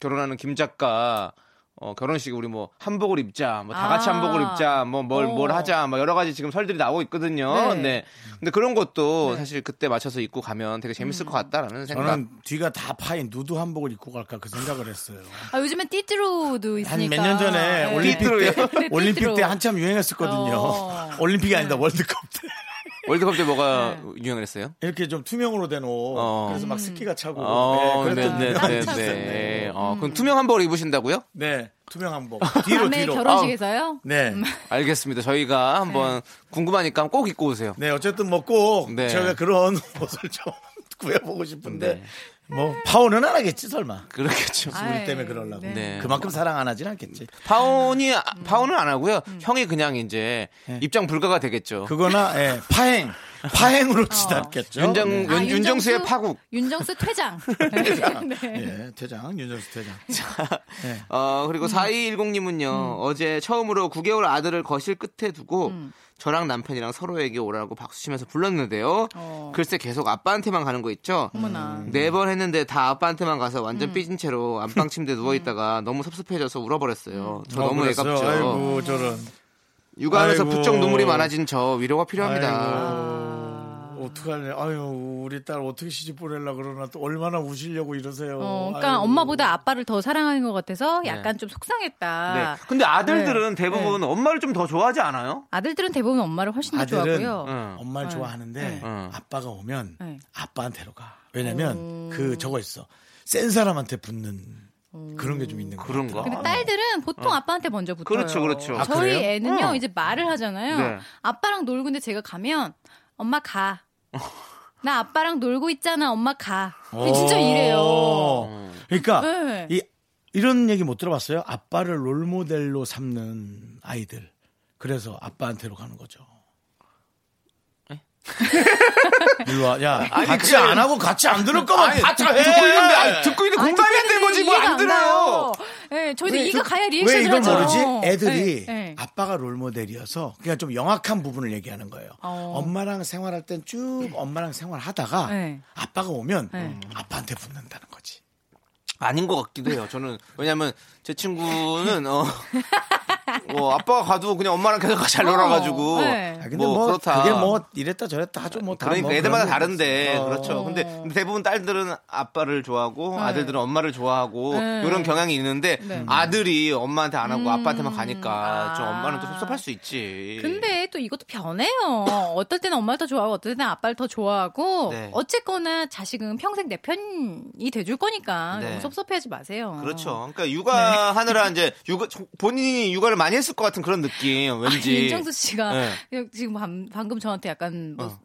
Speaker 2: 결혼하는 김 작가 어, 결혼식 우리 뭐 한복을 입자, 뭐 다 같이
Speaker 8: 아.
Speaker 2: 한복을 입자, 뭐 뭘 뭘
Speaker 8: 어.
Speaker 2: 하자, 뭐 여러 가지 지금 설들이 나오고 있거든요. 네.
Speaker 8: 네.
Speaker 2: 근데 그런 것도 사실 그때 맞춰서 입고 가면 되게
Speaker 8: 음.
Speaker 2: 재밌을 것 같다라는 생각.
Speaker 1: 저는 뒤가 다 파인 누드 한복을 입고 갈까 그 생각을 했어요.
Speaker 8: 아, 요즘엔 띠띠로도 있으니까.
Speaker 1: 한 몇 년 전에
Speaker 8: 네.
Speaker 1: 올림픽 때
Speaker 8: 네,
Speaker 1: 올림픽
Speaker 8: 띠띠로.
Speaker 1: 때 한참 유행했었거든요.
Speaker 8: 어.
Speaker 1: 올림픽이 아니다 월드컵 때
Speaker 2: 월드컵 때 뭐가
Speaker 8: 네.
Speaker 2: 유행했어요?
Speaker 1: 이렇게 좀 투명으로 된 옷.
Speaker 2: 어.
Speaker 1: 그래서 막 스키가 차고.
Speaker 2: 어,
Speaker 1: 네, 음.
Speaker 2: 네,
Speaker 1: 그랬던
Speaker 2: 네, 네, 네. 어, 그럼 투명 한복을 입으신다고요?
Speaker 1: 네, 투명 한복. 뒤로
Speaker 8: 남의
Speaker 1: 뒤로.
Speaker 8: 결혼식에서요? 음.
Speaker 1: 네.
Speaker 2: 알겠습니다. 저희가 한번 궁금하니까 꼭 입고 오세요.
Speaker 1: 네, 어쨌든 먹고
Speaker 2: 네.
Speaker 1: 제가 그런 옷을 좀 구해보고 싶은데
Speaker 2: 네.
Speaker 1: 뭐 파혼은 안 하겠지 설마.
Speaker 2: 그렇겠죠.
Speaker 1: 우리 때문에 그러려고.
Speaker 8: 네.
Speaker 2: 네.
Speaker 1: 그만큼 사랑 안 하진 않겠지.
Speaker 2: 파혼이 아- 파혼은 안 하고요. 형이 그냥 이제 입장 불가가 되겠죠.
Speaker 1: 그거나 예, 파행,
Speaker 8: 어.
Speaker 1: 파행으로 치닫겠죠.
Speaker 2: 윤정
Speaker 1: 네.
Speaker 8: 아,
Speaker 2: 윤, 윤정수의 파국.
Speaker 8: 윤정수 퇴장. 네.
Speaker 1: 예, 퇴장, 윤정수 퇴장.
Speaker 2: 어, 그리고 4210님은요, 어제 처음으로 9개월 아들을 거실 끝에 두고, 저랑 남편이랑 서로에게 오라고 박수치면서 불렀는데요.
Speaker 8: 어.
Speaker 2: 글쎄 계속 아빠한테만 가는 거 있죠?
Speaker 1: 음.
Speaker 8: 어머나.
Speaker 2: 네 번 했는데 다 아빠한테만 가서 완전 삐진 채로 안방 침대 누워있다가 너무 섭섭해져서 울어버렸어요. 저 너무
Speaker 1: 아, 그랬어요.
Speaker 2: 애갑죠.
Speaker 1: 아이고 저런.
Speaker 2: 아, 육아하면서
Speaker 1: 아이고.
Speaker 2: 부쩍 눈물이 많아진 저 위로가
Speaker 1: 아이고.
Speaker 2: 필요합니다.
Speaker 1: 어떡하냐. 아유, 우리 딸 어떻게 시집 보내려 그러나 또 얼마나 우시려고 이러세요.
Speaker 8: 어, 그러니까
Speaker 1: 아유. 네.
Speaker 8: 엄마보다 아빠를 더 사랑하는 것 같아서 약간 좀 속상했다.
Speaker 2: 네. 근데 아들들은 대부분 엄마를 좀 더 좋아하지 않아요?
Speaker 8: 아들들은 대부분 엄마를 훨씬 더
Speaker 1: 아들은 음.
Speaker 8: 좋아하고요.
Speaker 2: 응.
Speaker 1: 엄마를
Speaker 8: 네.
Speaker 1: 좋아하는데
Speaker 2: 네.
Speaker 1: 아빠가 오면
Speaker 8: 네.
Speaker 1: 아빠한테로 가. 왜냐면 그 저거 있어. 센 사람한테 붙는 그런 게 좀 있는 거
Speaker 2: 그런 거.
Speaker 8: 근데 딸들은 보통 아빠한테 먼저 붙어요.
Speaker 2: 아, 네. 그렇죠, 그렇죠. 아,
Speaker 8: 저희
Speaker 1: 그래요?
Speaker 8: 애는요
Speaker 2: 어.
Speaker 8: 이제 말을 하잖아요.
Speaker 2: 네.
Speaker 8: 아빠랑 놀고 있는데 제가 가면 엄마 가. 나 아빠랑 놀고 있잖아. 엄마 가.
Speaker 2: 어.
Speaker 8: 근데 진짜 이래요.
Speaker 1: 그러니까
Speaker 8: 네.
Speaker 1: 이, 이런 얘기 못 들어봤어요? 아빠를 롤모델로 삼는 아이들. 그래서 아빠한테로 가는 거죠. 일로 와. 야, 같이 안 하고 같이 안 들을 거면 바차 해.
Speaker 2: 듣고 있는데 아니, 듣고 있는데
Speaker 8: 아니,
Speaker 2: 공감이 안
Speaker 8: 저희는
Speaker 2: 되는 거지 뭐
Speaker 8: 이해가
Speaker 2: 안 들어요.
Speaker 8: 가요. 네, 저희도
Speaker 1: 왜
Speaker 8: 이가
Speaker 1: 그-
Speaker 8: 가야
Speaker 1: 왜
Speaker 8: 리액션을
Speaker 1: 이걸
Speaker 8: 하죠.
Speaker 1: 모르지?
Speaker 8: 어.
Speaker 1: 애들이
Speaker 8: 네, 네.
Speaker 1: 아빠가 롤모델이어서 그냥 좀 영악한 부분을 얘기하는 거예요.
Speaker 8: 어.
Speaker 1: 엄마랑 생활할 땐 쭉 엄마랑 생활하다가
Speaker 8: 네.
Speaker 1: 아빠가 오면
Speaker 8: 네.
Speaker 1: 아빠한테 붙는다는 거지.
Speaker 2: 아닌 것 같기도 해요. 저는 왜냐면 제 친구는 어, 어, 아빠가 가도 그냥 엄마랑 계속 잘
Speaker 8: 어,
Speaker 2: 놀아가지고
Speaker 8: 네.
Speaker 1: 아, 근데
Speaker 2: 뭐,
Speaker 1: 뭐,
Speaker 2: 그렇다.
Speaker 1: 그게 뭐 이랬다 저랬다 하죠. 뭐 다
Speaker 2: 그러니까
Speaker 1: 뭐
Speaker 2: 애들마다
Speaker 1: 그런 거.
Speaker 2: 다른데
Speaker 1: 어.
Speaker 2: 그렇죠. 근데, 근데 대부분 딸들은 아빠를 좋아하고
Speaker 8: 네.
Speaker 2: 아들들은 엄마를 좋아하고
Speaker 8: 네.
Speaker 2: 이런 경향이 있는데
Speaker 8: 네. 음.
Speaker 2: 아들이 엄마한테 안 하고 아빠한테만 가니까
Speaker 8: 아.
Speaker 2: 좀 엄마는 또 섭섭할 수 있지.
Speaker 8: 근데 또 이것도 변해요. 어떨 때는 엄마를 더 좋아하고 어떨 때는 아빠를 더 좋아하고
Speaker 2: 네.
Speaker 8: 어쨌거나 자식은 평생 내 편이 돼줄 거니까
Speaker 2: 네.
Speaker 8: 너무 섭섭해하지 마세요.
Speaker 2: 그렇죠. 그러니까 육아하느라
Speaker 8: 네.
Speaker 2: 이제 육아 본인이 육아를 많이 했을 것 같은 그런 느낌 왠지.
Speaker 8: 아니, 윤정수 씨가
Speaker 2: 네.
Speaker 8: 그냥 지금 방, 방금 저한테 약간 뭐
Speaker 2: 어.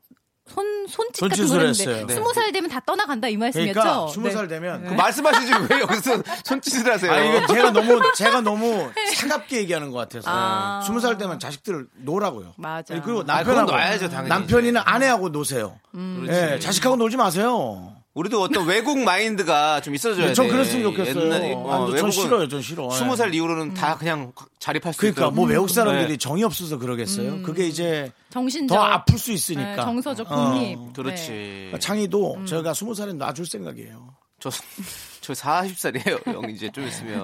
Speaker 8: 손, 손짓
Speaker 1: 손짓을
Speaker 8: 같은 걸 했는데
Speaker 1: 했어요. 네.
Speaker 8: 스무 살 되면 다 떠나간다 이 말씀이었죠?
Speaker 1: 그러니까 스무 살
Speaker 8: 네.
Speaker 1: 되면
Speaker 2: 그 말씀하시지 왜 여기서 손짓을 하세요?
Speaker 1: 아 이거 제가 너무 제가 너무 차갑게 얘기하는 것
Speaker 8: 아.
Speaker 1: 같아서 스무 살 때면 자식들을 놓으라고요.
Speaker 8: 맞아.
Speaker 1: 아니, 그리고
Speaker 2: 아, 그건
Speaker 1: 남편하고
Speaker 2: 놔야죠 당연히.
Speaker 1: 남편이나 아내하고 노세요.
Speaker 8: 음.
Speaker 2: 그렇지.
Speaker 1: 예, 자식하고 놀지 마세요.
Speaker 2: 우리도 어떤 외국 마인드가 좀 있어줘야 돼.
Speaker 1: 네, 전 그랬으면 좋겠어요.
Speaker 2: 옛날에,
Speaker 1: 아니,
Speaker 2: 어,
Speaker 1: 전
Speaker 2: 외국은
Speaker 1: 싫어요, 전 싫어. 네.
Speaker 2: 스무 살 이후로는 다
Speaker 8: 음.
Speaker 2: 그냥 자립할 수
Speaker 1: 그러니까
Speaker 2: 있도록.
Speaker 1: 뭐 외국 사람들이
Speaker 2: 네.
Speaker 1: 정이 없어서 그러겠어요.
Speaker 2: 음.
Speaker 1: 그게 이제
Speaker 8: 정신적
Speaker 1: 더 아플 수 있으니까.
Speaker 8: 네, 정서적
Speaker 1: 어.
Speaker 8: 독립.
Speaker 2: 그렇지.
Speaker 8: 네.
Speaker 1: 그러니까 창희도
Speaker 2: 음.
Speaker 1: 저희가 스무 살에 놔줄 생각이에요.
Speaker 2: 저, 저 40살이에요, 형, 이제 좀 있으면.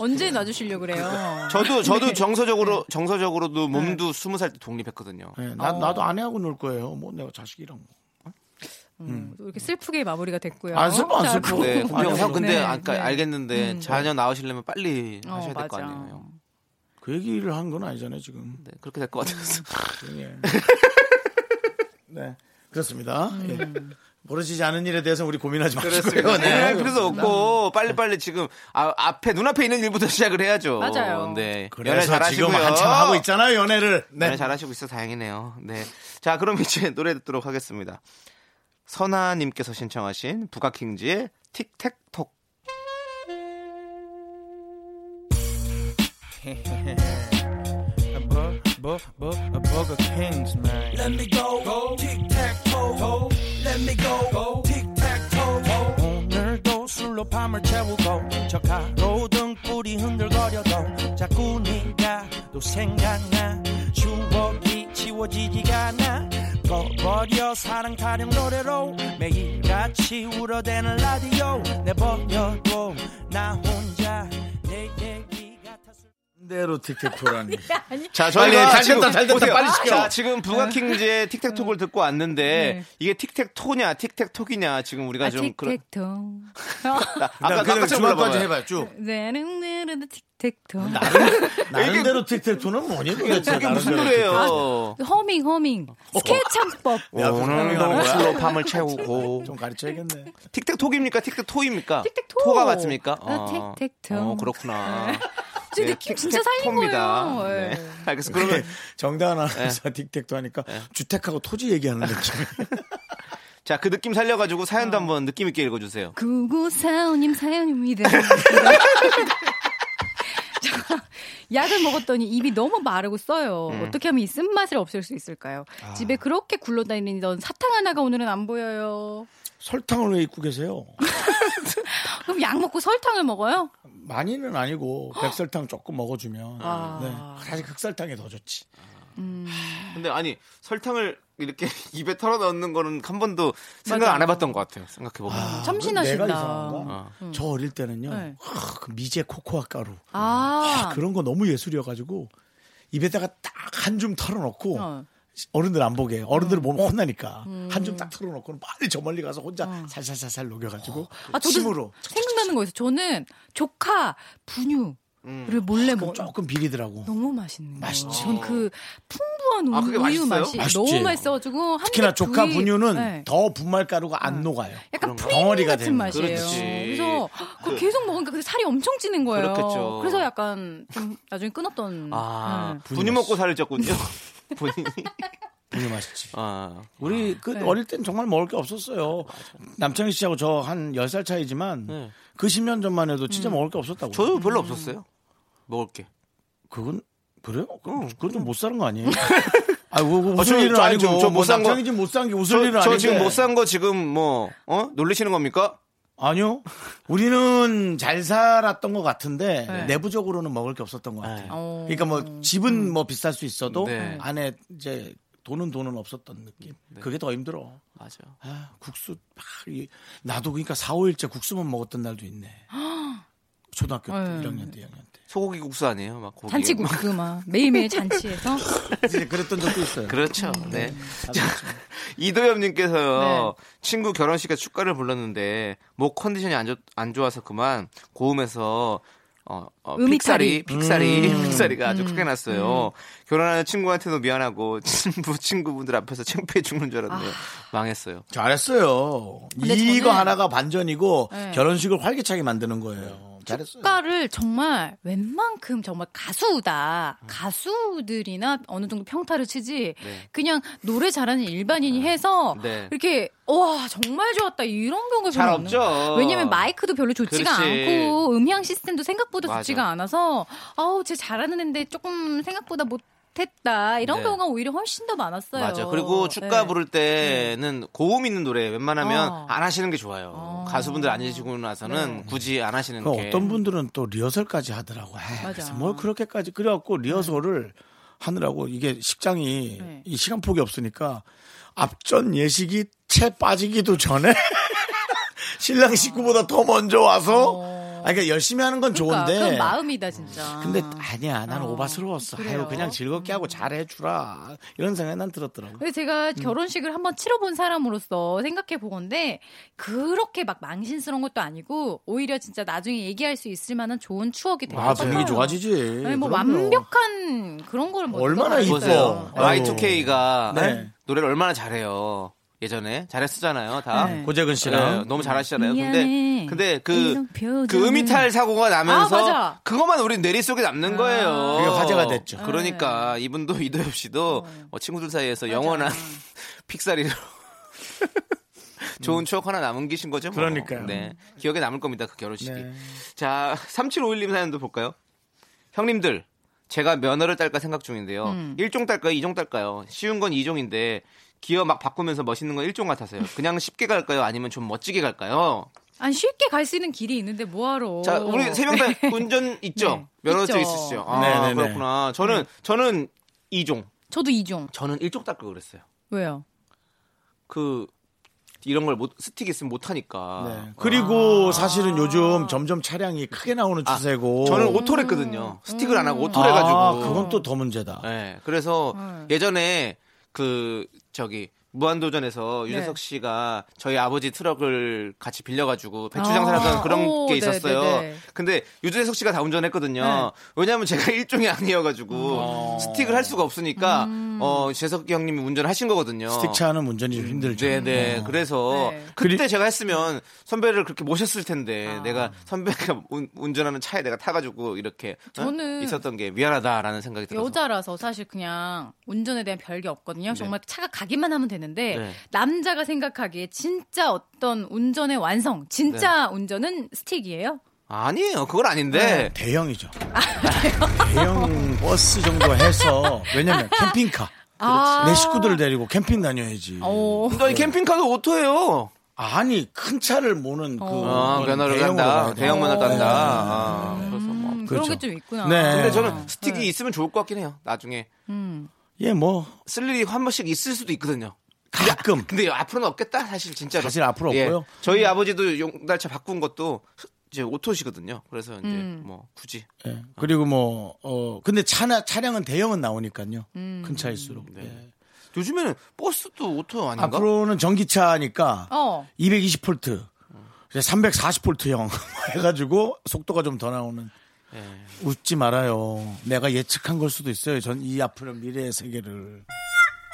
Speaker 8: 언제 놔주시려고 그래요?
Speaker 2: 저도, 저도 정서적으로, 정서적으로도 몸도 스무 살 때 독립했거든요.
Speaker 1: 예, 나, 나도 아내하고 놀 거예요. 뭐 내가 자식이랑. 뭐.
Speaker 8: 음, 이렇게 슬프게 마무리가 됐고요.
Speaker 1: 안 슬퍼, 안
Speaker 8: 자,
Speaker 1: 슬퍼. 음.
Speaker 8: 그리고-
Speaker 2: 네, 분명 형, 근데,
Speaker 8: 네,
Speaker 2: 아까
Speaker 8: 네.
Speaker 2: 알겠는데, 자녀 나오시려면 빨리
Speaker 8: 어,
Speaker 2: 하셔야 될 거
Speaker 8: 맞아.
Speaker 2: 아니에요, 형.
Speaker 1: 그 얘기를 한 건 아니잖아요, 지금.
Speaker 2: 네, 그렇게 될 것 같아서.
Speaker 1: 예. 네. 그렇습니다. 예. 벌어지지 않은 일에 대해서 우리 고민하지 마시고요.
Speaker 2: 음. 그렇습니다. 네, 그래서 없고, 빨리빨리 지금, 아, 앞에, 눈앞에 있는 일부터 시작을 해야죠.
Speaker 8: 맞아요.
Speaker 2: 네. 연애
Speaker 1: 그래서
Speaker 2: 잘하시고요.
Speaker 1: 지금 한참 하고 있잖아요, 연애를. 네.
Speaker 2: 네. 잘하시고 있어 다행이네요. 네. 자, 그럼 이제 노래 듣도록 하겠습니다. 선아님께서 신청하신 부가킹지의 틱택톡.
Speaker 9: 오늘도 술로 밤을 채우고 저 가로등불이 흔들거려도 자꾸 네가 또 생각나 추억이 지워지지가 않아 꺼버려 사랑 타령 노래로 매일같이 울어대는 라디오 내버려둬 나 혼자 내 얘기가 다 쓸-
Speaker 1: 대로 틱톡토라니.
Speaker 2: 자,
Speaker 1: 빨리, 잘
Speaker 2: 지금
Speaker 1: 됐다, 잘 됐다,
Speaker 2: 보세요.
Speaker 1: 빨리 시켜.
Speaker 2: 자, 지금 부가킹지의 틱택톡을 듣고 왔는데 이게 틱택토냐, 틱택톡이냐 지금 우리가
Speaker 8: 네. 아,
Speaker 2: 좀 그런
Speaker 8: 틱택통.
Speaker 2: 나-
Speaker 1: 나
Speaker 2: 아까
Speaker 1: 그냥
Speaker 2: 깜짝
Speaker 1: 주말까지
Speaker 2: 놀라봐요.
Speaker 1: 해봐요, 쭉.
Speaker 8: 네, 나른나른 틱택통.
Speaker 1: 나름대로 틱택토는 뭐니 도대체.
Speaker 2: 이게 무슨
Speaker 1: 나름대로
Speaker 2: 노래예요?
Speaker 8: 허밍 허밍.
Speaker 1: 어,
Speaker 8: 스케창법.
Speaker 1: 야,
Speaker 2: 오늘도 술로 밤을 채우고
Speaker 1: 틱- 좀 가르쳐야겠네.
Speaker 2: 틱택톡입니까? 틱택토입니까?
Speaker 8: 틱택토.
Speaker 2: 토가 맞습니까?
Speaker 8: 어, 틱택토.
Speaker 2: 어, 그렇구나. 예,
Speaker 8: 제 느낌 진짜 살린
Speaker 2: 틱택토입니다.
Speaker 8: 거예요. 예.
Speaker 2: 네. 알겠습니다. 그러면
Speaker 1: 정다은 아나운서 틱택토 하니까 주택하고 토지 얘기하는 느낌.
Speaker 2: 자, 그 느낌 살려가지고 사연도
Speaker 8: 어.
Speaker 2: 한번 느낌 있게 읽어주세요.
Speaker 8: 9945님 사연입니다. 자, 약을 먹었더니 입이 너무 마르고 써요.
Speaker 1: 음.
Speaker 8: 어떻게 하면 이 쓴맛을 없앨 수 있을까요?
Speaker 1: 아.
Speaker 8: 집에 그렇게 굴러다니던 사탕 하나가 오늘은 안 보여요.
Speaker 1: 설탕을 왜 입고 계세요?
Speaker 8: 그럼 약 먹고 설탕을 먹어요?
Speaker 1: 많이는 아니고 백설탕 조금 먹어주면
Speaker 8: 아.
Speaker 1: 네. 사실 극설탕이 더 좋지.
Speaker 8: 음.
Speaker 2: 근데 아니 설탕을 이렇게 입에 털어 넣는 거는 한 번도 생각 안 해봤던 것 같아요. 생각해 보면.
Speaker 8: 참신하신다.
Speaker 1: 그 내가
Speaker 8: 음.
Speaker 1: 이상한가? 저 어릴 때는요.
Speaker 8: 네.
Speaker 1: 하, 그 미제 코코아 가루.
Speaker 8: 아,
Speaker 1: 아, 그런 거 너무 예술이어가지고 입에다가 딱 한 줌 털어놓고
Speaker 8: 어. 음.
Speaker 1: 어른들 안 보게 어른들 보면 혼나니까 한 줌 딱 틀어놓고 빨리 저 멀리 가서 혼자 살살살살 녹여가지고
Speaker 8: 어. 아, 저도
Speaker 1: 침으로
Speaker 8: 생각나는 거있어 저는 조카 분유를 몰래
Speaker 1: 음. 아, 그건
Speaker 8: 먹.
Speaker 1: 조금 비리더라고
Speaker 8: 너무 맛있는 거예요.
Speaker 1: 맛있지.
Speaker 8: 전그 풍부한
Speaker 2: 아, 그게
Speaker 8: 우유
Speaker 2: 맛있어요?
Speaker 8: 맛이
Speaker 1: 맛있지.
Speaker 8: 너무 맛있어가지고 한
Speaker 1: 특히나
Speaker 8: 입
Speaker 1: 조카
Speaker 8: 구이-
Speaker 1: 분유는
Speaker 8: 네.
Speaker 1: 더 분말가루가 안 녹아요
Speaker 8: 약간
Speaker 2: 그런가?
Speaker 8: 프리미
Speaker 1: 덩어리가
Speaker 8: 같은
Speaker 1: 되는 거.
Speaker 8: 맛이에요.
Speaker 2: 그렇지.
Speaker 8: 그래서 그걸
Speaker 2: 그-
Speaker 8: 계속 먹으니까 근데 살이 엄청 찌는 거예요.
Speaker 2: 그렇겠죠.
Speaker 8: 래서 약간 좀 나중에 끊었던.
Speaker 2: 아,
Speaker 8: 네.
Speaker 1: 음.
Speaker 2: 분유 먹고 살을 쪘군요. 본인이.
Speaker 1: 분유 맛있지
Speaker 2: 아,
Speaker 1: 우리 그
Speaker 8: 네.
Speaker 1: 어릴 땐 정말 먹을 게 없었어요 남창희 씨하고 저 한 10살 차이지만
Speaker 2: 네.
Speaker 1: 그 10년 전만 해도 진짜
Speaker 8: 음.
Speaker 1: 먹을 게 없었다고
Speaker 2: 저도 별로 없었어요. 먹을 게.
Speaker 1: 그건 그래요? 그건, 그건 좀 못 사는 거 아니에요? 음. 아, 뭐, 뭐
Speaker 2: 아,
Speaker 1: 웃을
Speaker 2: 저-
Speaker 1: 일은
Speaker 2: 저-
Speaker 1: 아니고.
Speaker 2: 저- 저못
Speaker 1: 뭐
Speaker 2: 산 거-
Speaker 1: 남창이 지금 못 산 게 웃을
Speaker 2: 저,
Speaker 1: 일은
Speaker 2: 저
Speaker 1: 아닌데.
Speaker 2: 지금 못 산 거 지금 뭐, 어? 놀리시는 겁니까?
Speaker 1: 아니요. 우리는 잘 살았던 것 같은데
Speaker 8: 네.
Speaker 1: 내부적으로는 먹을 게 없었던 것 같아요.
Speaker 8: 어.
Speaker 1: 그러니까 뭐 집은 뭐 비쌀 수 있어도
Speaker 2: 네.
Speaker 1: 안에 이제 돈은 돈은 없었던 느낌. 그게 더 힘들어.
Speaker 2: 맞아.
Speaker 1: 아, 국수 막 이- 나도 그러니까 4, 5일째 국수만 먹었던 날도 있네. 초등학교 때
Speaker 8: 네.
Speaker 1: 1학년 때 2학년 때.
Speaker 2: 소고기 국수 아니에요? 막 고기. 뭐
Speaker 8: 잔치국 그 막 매일매일 잔치에서
Speaker 1: 이제 그랬던 적도 있어요.
Speaker 2: 그렇죠. 네.
Speaker 1: 나도 그렇죠.
Speaker 2: 이도엽님께서요 친구 결혼식에 축가를 불렀는데 목 컨디션이 안, 좋, 안 좋아서 그만 고음에서 어, 어, 픽사리
Speaker 8: 음이탈이.
Speaker 2: 픽사리 픽사리가 아주 크게 났어요. 결혼하는 친구한테도 미안하고 친구 친구분들 앞에서 창피해 죽는 줄 알았네요. 망했어요.
Speaker 1: 잘했어요.
Speaker 8: 근데
Speaker 1: 이거
Speaker 8: 저는-
Speaker 1: 하나가 반전이고
Speaker 8: 네.
Speaker 1: 결혼식을 활기차게 만드는 거예요. 잘했어요.
Speaker 8: 가를 정말 웬만큼 정말 가수다
Speaker 2: 음.
Speaker 8: 가수들이나 어느 정도 평타를 치지 그냥 노래 잘하는 일반인이 해서
Speaker 2: 네.
Speaker 8: 이렇게 와 정말 좋았다 이런 경우가
Speaker 2: 잘
Speaker 8: 별로 없는
Speaker 2: 없죠.
Speaker 8: 거예요. 왜냐면 마이크도 별로 좋지가
Speaker 2: 그렇지.
Speaker 8: 않고 음향 시스템도 생각보다
Speaker 2: 맞아.
Speaker 8: 좋지가 않아서 아우 쟤 잘하는 앤데 조금 생각보다 못했다 이런
Speaker 2: 네.
Speaker 8: 경우가 오히려 훨씬 더 많았어요.
Speaker 2: 맞아. 그리고 축가
Speaker 8: 네.
Speaker 2: 부를 때는 고음 있는 노래 웬만하면
Speaker 8: 어.
Speaker 2: 안 하시는 게 좋아요.
Speaker 8: 어.
Speaker 2: 가수분들 아니시고 나서는 굳이 안 하시는
Speaker 1: 그
Speaker 2: 게
Speaker 1: 어떤 분들은 또 리허설까지 하더라고. 에이,
Speaker 8: 맞아.
Speaker 1: 그래서 뭘 그렇게까지 그래갖고 리허설을 하느라고 이게 식장이
Speaker 8: 네.
Speaker 1: 이 시간 폭이 없으니까 앞전 예식이 채 빠지기도 전에 신랑 식구보다 더 먼저 와서 아 그러니까 열심히 하는 건
Speaker 8: 어. 그러니까
Speaker 1: 좋은데
Speaker 8: 그건 마음이다 진짜.
Speaker 1: 근데 아니야 난
Speaker 8: 어,
Speaker 1: 오바스러웠어. 아유
Speaker 8: 그래요?
Speaker 1: 그냥 즐겁게 하고 잘해주라 이런 생각이 난 들었더라고.
Speaker 8: 근데
Speaker 1: 음.
Speaker 8: 제가 결혼식을 한번 치러본 사람으로서 생각해 보건데 그렇게 막 망신스러운 것도 아니고 오히려 진짜 나중에 얘기할 수 있을 만한 좋은 추억이 되요
Speaker 1: 아 분위기 좋아지지.
Speaker 8: 아니, 뭐
Speaker 1: 그럼요.
Speaker 8: 완벽한 그런 걸 못.
Speaker 1: 얼마나
Speaker 8: 얻어가겠어요.
Speaker 1: 이뻐.
Speaker 8: 네.
Speaker 2: Y2K가
Speaker 1: 네.
Speaker 2: 노래를 얼마나 잘해요. 예전에 잘했었잖아요. 다
Speaker 8: 네.
Speaker 1: 고재근 씨랑
Speaker 2: 네, 너무 잘하시잖아요. 근데
Speaker 8: 미안해.
Speaker 2: 근데 그,
Speaker 8: 이런 표정은.
Speaker 2: 그 음이탈 사고가 나면서
Speaker 8: 아, 아. 맞아.
Speaker 2: 그것만 우리 뇌리 속에 남는 거예요.
Speaker 1: 그게 화제가 됐죠.
Speaker 8: 네.
Speaker 2: 그러니까 이분도 이도엽 씨도 어, 친구들 사이에서 영원한 픽사리로 좋은 추억 하나 남기신 거죠. 뭐.
Speaker 1: 그러니까요.
Speaker 2: 네. 기억에 남을 겁니다. 그 결혼식이.
Speaker 1: 네.
Speaker 2: 자, 3751님 사연도 볼까요? 형님들, 제가 면허를 딸까 생각 중인데요.
Speaker 8: 음.
Speaker 2: 1종 딸까요? 2종 딸까요? 쉬운 건 2종인데 기어 막 바꾸면서 멋있는 건 1종 같아서요. 그냥 쉽게 갈까요? 아니면 좀 멋지게 갈까요?
Speaker 8: 아니 쉽게 갈 수 있는 길이 있는데 뭐하러?
Speaker 2: 자, 우리 세 명 다 운전 있죠? 면허증
Speaker 8: 네. 있죠. 음.
Speaker 2: 있으시죠? 아,
Speaker 1: 네, 네, 네.
Speaker 2: 그렇구나. 저는 저는 2종.
Speaker 8: 저도 이종.
Speaker 2: 저는 1종 딸까 그랬어요.
Speaker 8: 왜요?
Speaker 2: 그 이런 걸 못 스틱 있으면 못 하니까.
Speaker 1: 네. 그리고
Speaker 2: 아.
Speaker 1: 사실은 요즘 점점 차량이 크게 나오는 추세고.
Speaker 2: 저는
Speaker 8: 음.
Speaker 2: 오토를 했거든요. 스틱을 안 하고
Speaker 1: 아,
Speaker 2: 오토를 해가지고.
Speaker 1: 그건 또 더 문제다.
Speaker 8: 예.
Speaker 2: 네, 그래서 예전에 그 저기 무한도전에서
Speaker 8: 네.
Speaker 2: 유재석 씨가 저희 아버지 트럭을 같이 빌려가지고 배추 장사를 하던
Speaker 8: 아,
Speaker 2: 그런
Speaker 8: 오,
Speaker 2: 게 있었어요.
Speaker 8: 네, 네, 네.
Speaker 2: 근데 유재석 씨가 다 운전했거든요.
Speaker 8: 네. 음.
Speaker 2: 왜냐하면 제가 일종이 아니어가지고 스틱을 할 수가 없으니까 어 재석 형님이 운전하신 거거든요.
Speaker 1: 스틱차는 운전이 좀 힘들죠.
Speaker 2: 네, 네.
Speaker 1: 어.
Speaker 2: 그래서
Speaker 8: 네.
Speaker 2: 그때
Speaker 1: 그리-
Speaker 2: 제가 했으면 선배를 그렇게 모셨을 텐데
Speaker 8: 아.
Speaker 2: 내가 선배가 운, 운전하는 차에 내가 타가지고 이렇게 어?
Speaker 8: 저는
Speaker 2: 있었던 게 미안하다라는 생각이 들어서
Speaker 8: 여자라서 사실 그냥 운전에 대한 별게 없거든요.
Speaker 2: 네.
Speaker 8: 정말 차가 가기만 하면 되는데
Speaker 2: 네.
Speaker 8: 남자가 생각하기에 진짜 어떤 운전의 완성, 진짜
Speaker 1: 네.
Speaker 8: 운전은 스틱이에요.
Speaker 1: 음.
Speaker 2: 아니에요. 그건 아닌데.
Speaker 1: 대형이죠. 대형 버스 정도 해서 왜냐면 캠핑카.
Speaker 8: 아.
Speaker 1: 내 식구들을 데리고 캠핑 다녀야지.
Speaker 8: 어.
Speaker 2: 그러니까
Speaker 1: 네.
Speaker 2: 이 캠핑카도 오토예요.
Speaker 1: 아니 큰 차를 모는 그
Speaker 2: 아,
Speaker 1: 그건
Speaker 2: 면허를
Speaker 1: 대형으로
Speaker 2: 간다.
Speaker 1: 가야 돼요.
Speaker 2: 대형 면허
Speaker 1: 네.
Speaker 2: 간다. 아, 그래서 뭐.
Speaker 8: 음,
Speaker 1: 그렇죠.
Speaker 8: 그런 게 좀 있구나. 어.
Speaker 1: 네.
Speaker 2: 근데 저는 스틱이 있으면 좋을 것 같긴 해요. 나중에
Speaker 1: 예, 뭐
Speaker 2: 쓸 일이 한 번씩 있을 수도 있거든요.
Speaker 1: 가끔
Speaker 2: 근데 앞으로는 없겠다. 사실 진짜로.
Speaker 1: 사실 앞으로
Speaker 2: 예.
Speaker 1: 없고요. 음.
Speaker 2: 저희 아버지도 용달차 바꾼 것도 이제 오토시거든요. 그래서 이제
Speaker 1: 음.
Speaker 2: 뭐 굳이
Speaker 1: 예.
Speaker 2: 네.
Speaker 1: 그리고 뭐, 어, 근데 차나, 차량은 대형은 나오니까요. 큰 차일수록. 예.
Speaker 2: 요즘에는 버스도 오토 아닌가?
Speaker 1: 앞으로는 전기차니까
Speaker 8: 어.
Speaker 1: 220볼트, 340볼트형 해가지고 속도가 좀 더 나오는.
Speaker 2: 예.
Speaker 1: 웃지 말아요. 내가 예측한 걸 수도 있어요. 전 이 앞으로 미래의 세계를.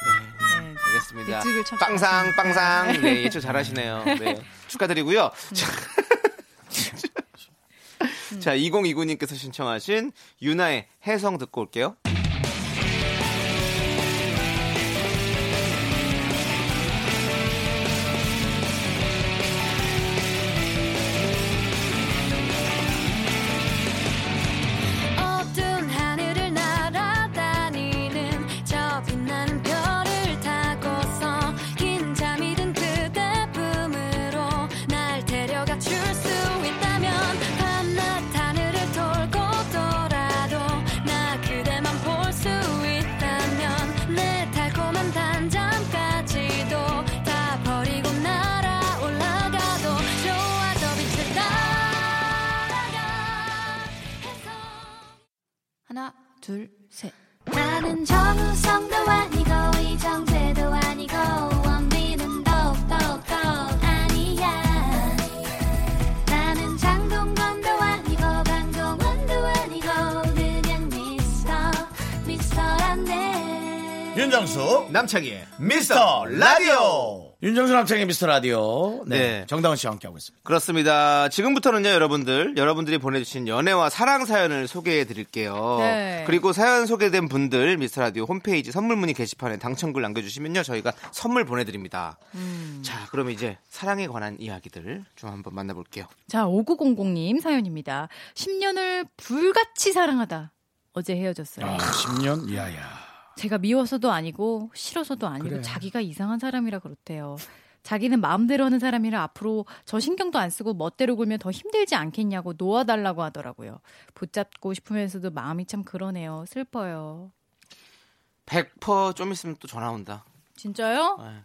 Speaker 8: 네.
Speaker 2: 알겠습니다.
Speaker 8: 이쪽을 참-
Speaker 2: 빵상 빵상. 네, 예측 잘하시네요. 네. 축하드리고요. 자, 자, 2029님께서 신청하신 유나의 해성 듣고 올게요.
Speaker 3: 어두운 하늘을 날아다니는 저 빛나는 별을 타고서 긴 잠이 든 그대 품으로 날 데려가 줄 수 있다면 밤낮 하늘을 돌고 돌아도 나 그대만 볼 수 있다면 내 달콤한 단잠까지도 다 버리고 날아올라가도 좋아 저 빛을 따라가 해서
Speaker 8: 하나, 둘, 셋.
Speaker 3: 나는 정우성도 아니고 이정재도 아니고 원빈은 더욱더 아니야 나는 장동건도 아니고 강동원도 아니고 그냥 미스터 미스터란데
Speaker 1: 윤정수,
Speaker 2: 남창희의
Speaker 1: 미스터 라디오! 윤정수 남창의 미스터 라디오. 네.
Speaker 2: 네.
Speaker 1: 정다은 씨와 함께하고 있습니다.
Speaker 2: 그렇습니다. 지금부터는요, 여러분들, 여러분들이 보내주신 연애와 사랑 사연을 소개해 드릴게요.
Speaker 8: 네.
Speaker 2: 그리고 사연 소개된 분들, 미스터 라디오 홈페이지 선물 문의 게시판에 당첨글 남겨주시면요, 저희가 선물 보내드립니다. 자, 그럼 이제 사랑에 관한 이야기들 좀 한번 만나볼게요.
Speaker 8: 자, 5900님 사연입니다. 10년을 불같이 사랑하다. 어제 헤어졌어요.
Speaker 1: 아, 10년? 이야야.
Speaker 8: 제가 미워서도 아니고 싫어서도 아니고 자기가 이상한 사람이라 그렇대요. 자기는 마음대로 하는 사람이라 앞으로 저 신경도 안 쓰고 멋대로 굴면 더 힘들지 않겠냐고 놓아달라고 하더라고요. 붙잡고 싶으면서도 마음이 참 그러네요. 슬퍼요.
Speaker 2: 100%좀 있으면 또 전화 온다.
Speaker 8: 진짜요?
Speaker 2: 네.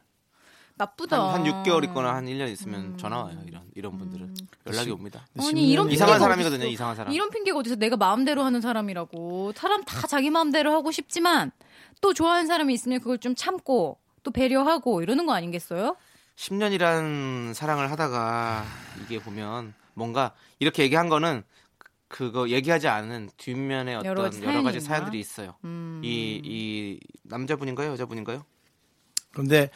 Speaker 8: 나쁘다.
Speaker 2: 한, 한 6개월 있거나 한 1년
Speaker 8: 음.
Speaker 2: 있으면 전화 와요, 이런, 이런 분들은. 연락이 옵니다.
Speaker 8: 아니 이런
Speaker 2: 이상한
Speaker 8: 핑계가
Speaker 2: 사람이거든요,
Speaker 8: 어딨어.
Speaker 2: 이상한 사람.
Speaker 8: 이런 핑계가 어디서 내가 마음대로 하는 사람이라고 사람 다 자기 마음대로 하고 싶지만 또 좋아하는 사람이 있으면 그걸 좀 참고 또 배려하고 이러는 거 아니겠어요?
Speaker 2: 10년이란 사랑을 하다가 이게 보면 뭔가 이렇게 얘기한 거는 그- 그거 얘기하지 않은 뒷면에 어떤
Speaker 8: 여러
Speaker 2: 여러
Speaker 8: 가지
Speaker 2: 가지,
Speaker 8: 사연이 있나? 음.
Speaker 2: 사연들이 있어요. 이, 이 남자분인가요? 여자분인가요?
Speaker 1: 그런데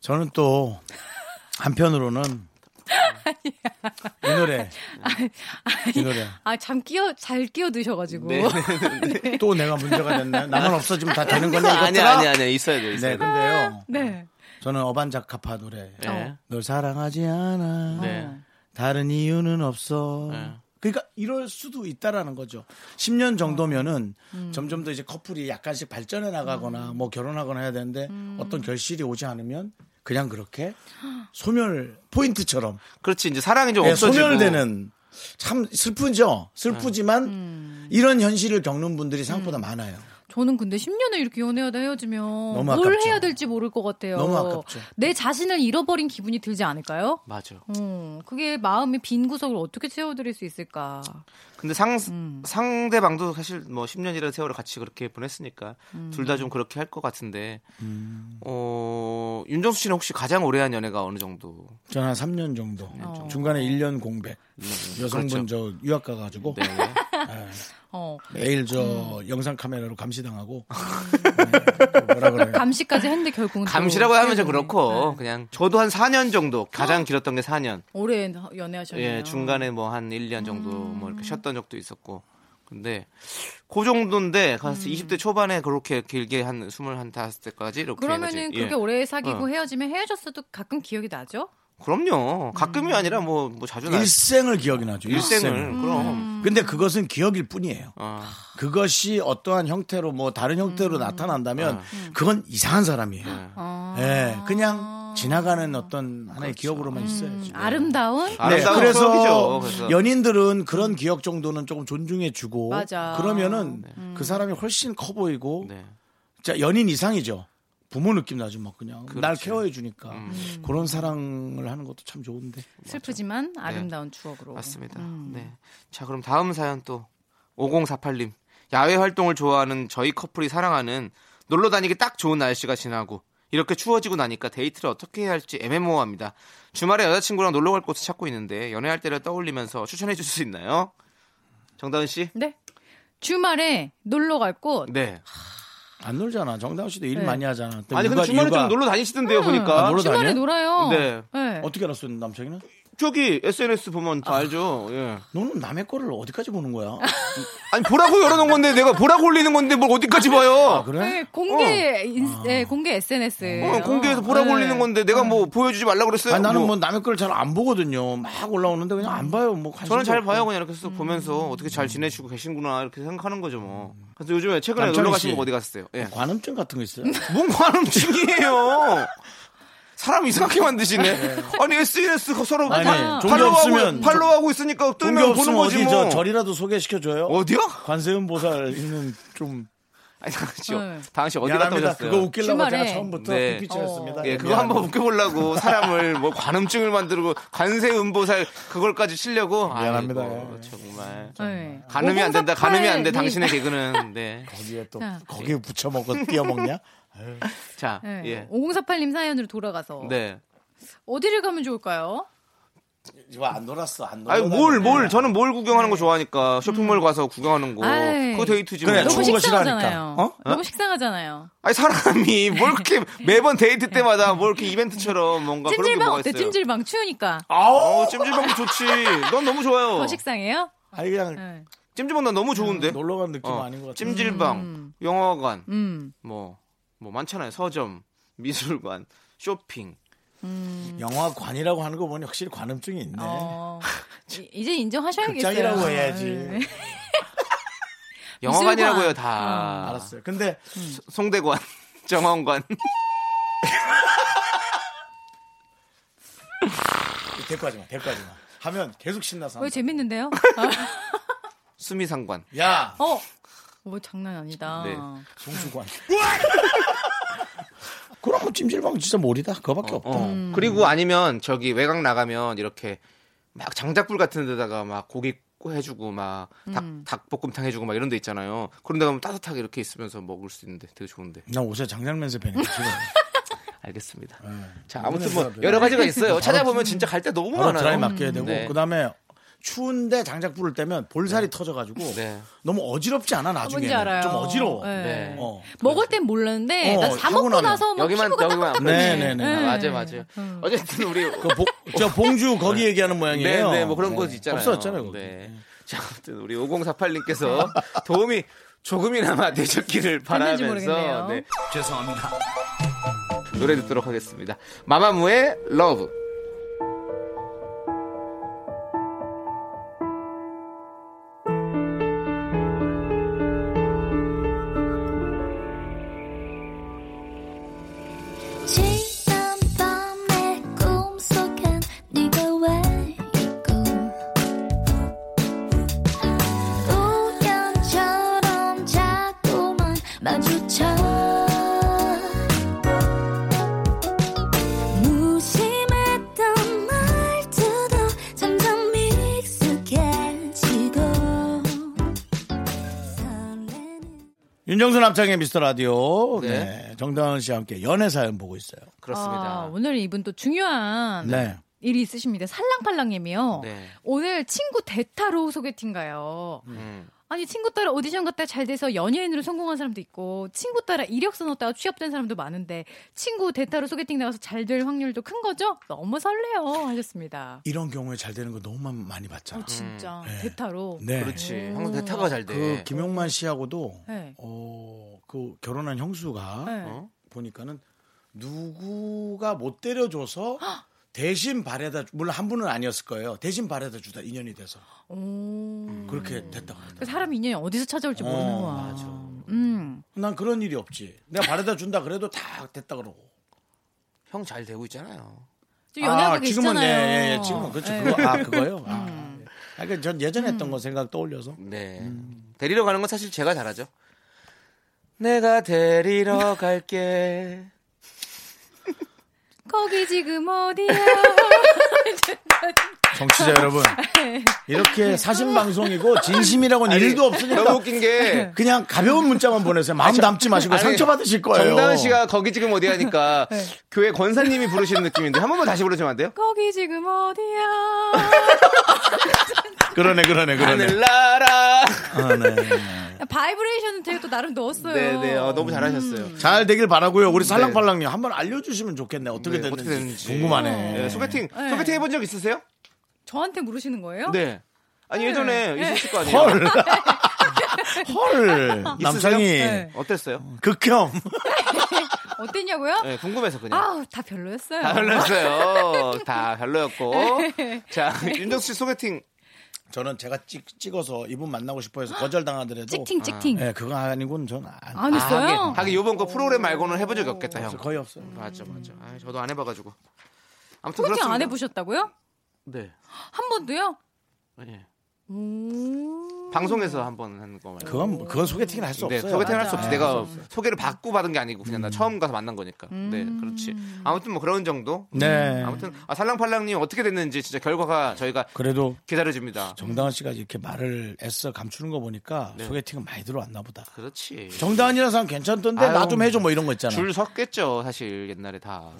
Speaker 1: 저는 또 한편으로는 이 노래
Speaker 2: 그
Speaker 1: 이 노래
Speaker 8: 아 참 끼어 잘 끼어 드셔가지고
Speaker 2: 네.
Speaker 1: 또 내가 문제가 됐네 나만 없어지면 다 되는 거냐 이것들아
Speaker 2: 아니 아니 아니 있어야 돼 있어야
Speaker 1: 네
Speaker 2: 돼.
Speaker 1: 근데요
Speaker 8: 네.
Speaker 1: 저는 어반자카파 노래
Speaker 2: 네.
Speaker 1: 널 사랑하지 않아
Speaker 2: 네.
Speaker 8: 어.
Speaker 1: 다른 이유는 없어
Speaker 2: 네.
Speaker 1: 그러니까 이럴 수도 있다라는 거죠 10년 정도면은
Speaker 2: 음.
Speaker 1: 점점 더 이제 커플이 약간씩 발전해 나가거나 뭐 결혼하거나 해야 되는데
Speaker 2: 음.
Speaker 1: 어떤 결실이 오지 않으면 그냥 그렇게 소멸 포인트처럼
Speaker 2: 그렇지 이제 사랑이 좀
Speaker 1: 예,
Speaker 2: 없어지고
Speaker 1: 소멸되는 참 슬프죠. 슬프지만
Speaker 2: 네. 음.
Speaker 1: 이런 현실을 겪는 분들이 생각보다 많아요.
Speaker 8: 저는 근데 10년을 이렇게 연애하다 헤어지면 뭘
Speaker 1: 아깝죠.
Speaker 8: 해야 될지 모를 것 같아요.
Speaker 1: 너무 아깝죠.
Speaker 8: 내 자신을 잃어버린 기분이 들지 않을까요?
Speaker 2: 맞아.
Speaker 8: 음, 그게 마음의 빈 구석을 어떻게 채워드릴 수 있을까?
Speaker 2: 근데 상
Speaker 8: 음.
Speaker 2: 상대방도 사실 뭐 10년이라는 세월을 같이 그렇게 보냈으니까
Speaker 8: 음.
Speaker 2: 둘 다 좀 그렇게 할 것 같은데.
Speaker 1: 음.
Speaker 2: 어, 윤정수 씨는 혹시 가장 오래한 연애가 어느 정도?
Speaker 1: 저는 한 3년 정도.
Speaker 2: 어.
Speaker 1: 중간에 1년 공백. 여성분 저 유학 가가지고
Speaker 2: 음. 그렇죠. 네.
Speaker 8: 어,
Speaker 1: 매일 저 영상 카메라로 감시당하고 네, 그 뭐라 그래요.
Speaker 8: 감시까지 했는데 결국은 또
Speaker 2: 감시라고 하면 좀
Speaker 8: 헤어지네.
Speaker 2: 그렇고 그냥 저도 한 4년 정도 가장 길었던 게 4년.
Speaker 8: 오래 연애하셨네요. 음.
Speaker 2: 예, 중간에 뭐 한 1년 정도 뭐 이렇게 쉬었던 적도 있었고. 근데 그 정도인데
Speaker 8: 음.
Speaker 2: 가서 20대 초반에 그렇게 길게 한 25대까지 이렇게
Speaker 8: 그러면은
Speaker 2: 해가지고, 예.
Speaker 8: 그렇게 오래 사귀고
Speaker 2: 어.
Speaker 8: 헤어지면 헤어졌어도 가끔 기억이 나죠?
Speaker 2: 그럼요.
Speaker 8: 음.
Speaker 2: 가끔이 아니라 뭐 뭐 자주 나
Speaker 1: 일생을 기억이 나죠. 일생을.
Speaker 2: 일생을
Speaker 8: 음.
Speaker 2: 그럼.
Speaker 1: 근데 그것은 기억일 뿐이에요.
Speaker 2: 어.
Speaker 1: 그것이 어떠한 형태로 뭐 다른 형태로 나타난다면 그건 이상한 사람이에요. 예, 그냥 지나가는 어떤 하나의 기억으로만 있어야죠.
Speaker 8: 음, 아름다운
Speaker 2: 음, 아름다운 추억이죠.
Speaker 1: 네. 그래서,
Speaker 2: 그래서.
Speaker 1: 연인들은 그런 기억 정도는 조금 존중해주고
Speaker 8: 맞아.
Speaker 1: 그러면은 그 사람이 훨씬 커 보이고
Speaker 2: 네.
Speaker 1: 자 연인 이상이죠. 부모 느낌 나죠, 막 그냥 날 케어해주니까
Speaker 2: 음.
Speaker 1: 그런 사랑을 하는 것도 참 좋은데
Speaker 8: 슬프지만 아름다운 추억으로.
Speaker 2: 네. 맞습니다.
Speaker 1: 음.
Speaker 2: 네. 자, 그럼 다음 사연 또 5048님. 야외 활동을 좋아하는 저희 커플이 사랑하는 놀러 다니기 딱 좋은 날씨가 지나고 이렇게 추워지고 나니까 데이트를 어떻게 해야 할지 애매모호합니다. 주말에 여자친구랑 놀러 갈 곳을 찾고 있는데 연애할 때를 떠올리면서 추천해 줄 수 있나요? 정다은 씨?
Speaker 8: 네. 주말에 놀러 갈 곳.
Speaker 2: 네.
Speaker 1: 안 놀잖아. 정다은 씨도 일
Speaker 8: 네.
Speaker 1: 많이 하잖아. 또
Speaker 2: 아니 근데
Speaker 1: 육아-
Speaker 2: 주말에
Speaker 1: 육아.
Speaker 2: 좀 놀러 다니시던데요 보니까.
Speaker 1: 아, 놀러 다녀요?
Speaker 8: 주말에 놀아요.
Speaker 2: 네.
Speaker 1: 어떻게 알았어, 남창이는?
Speaker 2: 저기 SNS 보면
Speaker 1: 아.
Speaker 2: 다 알죠. 예.
Speaker 1: 너는 남의 거를 어디까지 보는 거야?
Speaker 2: 아니 보라고 열어놓은 건데 내가 보라고 올리는 건데 뭘 어디까지 봐요?
Speaker 1: 아, 그래?
Speaker 8: 네, 공개 인스,
Speaker 1: 아.
Speaker 8: 네, 공개 SNS.
Speaker 2: 어, 공개해서 보라고
Speaker 8: 네.
Speaker 2: 올리는 건데 내가 뭐 보여주지 말라 그랬어요.
Speaker 1: 아니, 나는 뭐 남의 걸 잘 안 보거든요. 막 올라오는데 그냥 안 봐요. 뭐 관심도
Speaker 2: 저는 잘
Speaker 1: 없고.
Speaker 2: 봐요 그냥 이렇게 쓱 보면서 어떻게 잘 지내시고 계신구나 이렇게 생각하는 거죠 뭐. 그래서 요즘에 최근에
Speaker 1: 남창희
Speaker 2: 놀러 가신
Speaker 1: 씨.
Speaker 2: 거 어디 갔어요? 예.
Speaker 1: 관음증 같은 거
Speaker 8: 네.
Speaker 1: 있어요?
Speaker 2: 뭔 관음증이에요? 사람 이상하게 만드시네. 아니 SNS 서로
Speaker 1: 아니,
Speaker 2: 팔-
Speaker 1: 종교
Speaker 2: 팔로우하고
Speaker 1: 없으면
Speaker 2: 팔로우하고 있으니까
Speaker 1: 종교
Speaker 2: 뜨면 보는
Speaker 1: 없으면
Speaker 2: 거지
Speaker 1: 어디
Speaker 2: 뭐.
Speaker 1: 저 절이라도 소개시켜줘요?
Speaker 2: 어디요?
Speaker 1: 관세음 보살 있는 좀
Speaker 2: 아니 당시요.
Speaker 8: 네.
Speaker 2: 당시 어디 갔다
Speaker 1: 미안합니다.
Speaker 2: 오셨어요?
Speaker 1: 그거 웃기려고
Speaker 8: 주말에.
Speaker 1: 제가 처음부터 그
Speaker 2: 네.
Speaker 1: 불빛이었습니다.
Speaker 2: 예, 그거 한번 웃겨보려고 사람을 뭐 관음증을 만들고 관세음보살 그걸까지 치려고
Speaker 1: 미안합니다.
Speaker 2: 아이고, 정말
Speaker 8: 네.
Speaker 2: 가늠이 안 된다. 가늠이 안 돼.
Speaker 8: 5048 님.
Speaker 2: 당신의 개그는 네.
Speaker 1: 거기에 또
Speaker 8: 자.
Speaker 1: 거기에 붙여 먹고 띄어 먹냐?
Speaker 2: 자,
Speaker 8: 네.
Speaker 2: 예,
Speaker 8: 5048님 사연으로 돌아가서
Speaker 2: 네.
Speaker 8: 어디를 가면 좋을까요?
Speaker 1: 이거 안 놀았어, 안 놀았어.
Speaker 2: 아니 뭘 뭘 저는 뭘 구경하는 거 좋아하니까 쇼핑몰 가서 구경하는 거
Speaker 8: 네. 음. 아이.
Speaker 2: 그거 데이트지
Speaker 1: 그래,
Speaker 2: 뭐.
Speaker 8: 너무
Speaker 1: 좋은 거
Speaker 8: 식상하잖아요.
Speaker 1: 싫어하니까.
Speaker 8: 너무 식상하잖아요.
Speaker 2: 아니 사람이 뭘 그렇게 매번 데이트 때마다 뭘 이렇게 이벤트처럼 뭔가 그런 게
Speaker 8: 찜질방
Speaker 2: 뭐가
Speaker 8: 어때?
Speaker 2: 있어요?
Speaker 8: 찜질방 추우니까
Speaker 2: 아우 찜질방 좋지. 넌 너무 좋아요.
Speaker 8: 더 어, 식상해요?
Speaker 1: 아니 그냥
Speaker 8: 네.
Speaker 2: 찜질방 난 너무 좋은데.
Speaker 1: 놀러 간 느낌 은
Speaker 2: 어,
Speaker 1: 아닌 음, 것 같아.
Speaker 2: 찜질방, 영화관,
Speaker 8: 음.
Speaker 2: 뭐 뭐 많잖아요. 서점, 미술관, 쇼핑.
Speaker 1: 영화관이라고 하는 거 보니 확실히 관음증이 있네.
Speaker 8: 어, 이- 이제 인정하셔야겠어요.
Speaker 1: 극장이라고 해야지.
Speaker 8: 네.
Speaker 2: 영화관이라고요
Speaker 8: 미술관. 음.
Speaker 2: 다.
Speaker 1: 알았어요. 근데
Speaker 2: 송대관, 정원관.
Speaker 1: 대꾸하지 마, 대꾸하지 마. 하면 계속 신나서.
Speaker 8: 왜
Speaker 1: 한다.
Speaker 8: 어, 재밌는데요? 아,
Speaker 2: 수미상관.
Speaker 1: 야,
Speaker 8: 어, 뭐 장난 아니다.
Speaker 2: 네.
Speaker 1: 송수관. 그럼 찜질방 진짜 몰이다. 그거밖에 없다.
Speaker 2: 어. 그리고 아니면 저기 외곽 나가면 이렇게 막 장작불 같은 데다가 막 고기 구- 해주고 막 닭, 닭볶음탕 해주고 막 이런 데 있잖아요. 그런 데 가면 따뜻하게 이렇게 있으면서 먹을 수 있는데 되게 좋은데.
Speaker 1: 나 옷에 장장면세 배네.
Speaker 2: 알겠습니다.
Speaker 1: 네.
Speaker 2: 자, 아무튼 뭐 여러 가지가 있어요. 찾아보면 진짜 갈 데 너무
Speaker 1: 바로
Speaker 2: 많아요.
Speaker 1: 드라이 맡겨야 되고
Speaker 2: 네.
Speaker 1: 그다음에 추운데 장작 불을 때면 볼살이 터져가지고
Speaker 2: 네.
Speaker 1: 너무 어지럽지 않아 나중에
Speaker 8: 뭔지 알아요.
Speaker 1: 좀 어지러워.
Speaker 8: 네.
Speaker 1: 어.
Speaker 8: 먹을 땐 몰랐는데
Speaker 1: 어,
Speaker 8: 나 사
Speaker 1: 사고
Speaker 8: 먹고
Speaker 1: 나면.
Speaker 8: 나서 막
Speaker 2: 여기만
Speaker 8: 피부가
Speaker 2: 여기만
Speaker 8: 딱딱딱.
Speaker 1: 네, 네, 네. 음.
Speaker 2: 아,
Speaker 8: 네.
Speaker 2: 맞아요, 맞아요. 어쨌든 우리
Speaker 1: 그 복, 저 봉주 거기 얘기하는 모양이에요.
Speaker 2: 네, 네, 뭐 그런 거 있잖아요.
Speaker 1: 없어졌잖아요. 거기.
Speaker 2: 네. 자, 아무튼 우리 5048님께서 도움이 조금이나마 되셨기를
Speaker 8: 됐는지
Speaker 2: 바라면서
Speaker 8: 모르겠네요.
Speaker 2: 죄송합니다. 노래 듣도록 하겠습니다. 마마무의 러브.
Speaker 3: 지난밤의 꿈속엔 네가 왜 있고 우연처럼 자꾸만 마주쳐 무심했던 말투도 점점 익숙해지고 설레는
Speaker 1: 윤정수 남창의 미스터 라디오. 네.
Speaker 2: 네.
Speaker 1: 정다은 씨와 함께 연애 사연 보고 있어요.
Speaker 8: 아,
Speaker 2: 그렇습니다.
Speaker 8: 오늘 이분 또
Speaker 2: 아,
Speaker 8: 중요한
Speaker 1: 네.
Speaker 8: 일이 있으십니다. 살랑팔랑님이요.
Speaker 2: 네.
Speaker 8: 오늘 친구 대타로 소개팅 가요.
Speaker 2: 음.
Speaker 8: 아니 친구 따라 오디션 갔다 잘 돼서 연예인으로 성공한 사람도 있고 친구 따라 이력서 넣었다가 취업된 사람도 많은데 친구 대타로 소개팅 나가서 잘 될 확률도 큰 거죠? 너무 설레요 하셨습니다.
Speaker 1: 이런 경우에 잘 되는 거 너무 많이 봤잖아.
Speaker 8: 어, 진짜 대타로.
Speaker 1: 네.
Speaker 2: 그렇죠. 그렇지.
Speaker 8: 음.
Speaker 2: 항상 대타가 잘 돼.
Speaker 1: 그 김용만 씨하고도
Speaker 8: 네.
Speaker 1: 어, 그 결혼한 형수가
Speaker 8: 네.
Speaker 1: 어? 보니까는 누구가 못 데려줘서 대신 바래다 주- 물론 한 분은 아니었을 거예요. 대신 바래다 주다 인연이 돼서
Speaker 8: 오.
Speaker 1: 음.
Speaker 2: 음.
Speaker 1: 그렇게 됐다고 합니다.
Speaker 8: 그 사람 인연이 어디서 찾아올지 모르는
Speaker 1: 어,
Speaker 8: 거야.
Speaker 1: 맞아.
Speaker 8: 음.
Speaker 1: 난 그런 일이 없지. 내가 바래다 준다 그래도 다 됐다 그러고.
Speaker 2: 형 잘 되고 있잖아요.
Speaker 8: 지금 연애하고
Speaker 1: 지금은 네,
Speaker 8: 계시잖아요. 음.
Speaker 1: 예, 예, 지금은 그렇죠.
Speaker 8: 네.
Speaker 1: 그거, 아 그거요. 아, 예. 아, 그전 예전에 했던 거 생각 떠올려서
Speaker 2: 네.
Speaker 1: 음.
Speaker 2: 데리러 가는 건 사실 제가 잘하죠. 내가 데리러 갈게.
Speaker 8: 거기 지금 어디야?
Speaker 1: 정치자 여러분 이렇게 사신 방송이고 진심이라고는 일도
Speaker 2: 너무
Speaker 1: 없으니까
Speaker 2: 웃긴 게
Speaker 1: 그냥 가벼운 문자만 보내세요. 마음 담지 마시고
Speaker 2: 아니,
Speaker 1: 상처 받으실 거예요.
Speaker 2: 정다은 씨가 거기 지금 어디 하니까
Speaker 8: 네.
Speaker 2: 교회 권사님이 부르시는 느낌인데 한 번만 다시 부르시면 안 돼요?
Speaker 8: 거기 지금 어디야?
Speaker 1: 그러네 그러네
Speaker 2: 하늘
Speaker 1: 그러네.
Speaker 2: 나라.
Speaker 1: 아, 네. 아,
Speaker 8: 바이브레이션은 제가 또 나름 넣었어요.
Speaker 2: 네, 네. 어, 너무 잘하셨어요.
Speaker 1: 잘 되길 바라고요. 우리 살랑팔랑님 한번 알려주시면 네. 좋겠네. 어떻게,
Speaker 2: 네,
Speaker 1: 됐는지.
Speaker 2: 어떻게 됐는지.
Speaker 1: 궁금하네.
Speaker 2: 네, 소개팅
Speaker 8: 네. 어?
Speaker 2: 소개팅 해본 적 있으세요?
Speaker 8: 저한테 물으시는 거예요?
Speaker 2: 네. 아니 예전에
Speaker 8: 네.
Speaker 2: 있으실 거 아니에요?
Speaker 1: 헐. 네. 헐. 남창이
Speaker 8: 네.
Speaker 2: 어땠어요?
Speaker 1: 극혐.
Speaker 8: 어땠냐고요?
Speaker 2: 네, 궁금해서 그냥.
Speaker 8: 아우 다 별로였어요.
Speaker 2: 다 별로였어요. 다 별로였고.
Speaker 8: 네.
Speaker 2: 자, 윤정수 씨 소개팅.
Speaker 1: 저는 제가 찍, 찍어서 이분 만나고 싶어 해서 거절당하더라도.
Speaker 8: 찍팅 찍팅.
Speaker 1: 예, 그거 아니고는 전 안,
Speaker 8: 안 했어요?
Speaker 2: 아. 하긴, 하긴 요번 거 프로그램 말고는 해본 적이 없겠다, 형.
Speaker 1: 거의 없어요.
Speaker 2: 맞죠, 맞죠. 아, 저도 안 해봐가지고. 아무튼
Speaker 8: 소개팅
Speaker 2: 그렇습니다.
Speaker 8: 안 해보셨다고요?
Speaker 2: 네.
Speaker 8: 한 번도요?
Speaker 1: 네.
Speaker 2: 예.
Speaker 8: 음, 오.
Speaker 2: 방송에서 한 번 한 거 말고.
Speaker 1: 그건, 그건 소개팅을 할 수
Speaker 2: 네,
Speaker 1: 없어요.
Speaker 2: 소개팅을 할 수 없지.
Speaker 1: 네.
Speaker 2: 내가 소개를 받고 받은 게 아니고 그냥 나 처음 가서 만난 거니까. 네, 그렇지. 아무튼 뭐 그런 정도.
Speaker 1: 네.
Speaker 2: 아무튼 아, 살랑팔랑님 어떻게 됐는지 진짜 결과가 저희가
Speaker 1: 그래도
Speaker 2: 기다려집니다.
Speaker 1: 정다은 씨가 이렇게 말을 애써 감추는 거 보니까
Speaker 2: 네.
Speaker 1: 소개팅은 많이 들어왔나 보다.
Speaker 2: 그렇지.
Speaker 1: 정다은이라는 사람 괜찮던데 나
Speaker 2: 아유,
Speaker 1: 좀 해줘 뭐 이런 거 있잖아.
Speaker 2: 줄 섰겠죠, 사실 옛날에 다.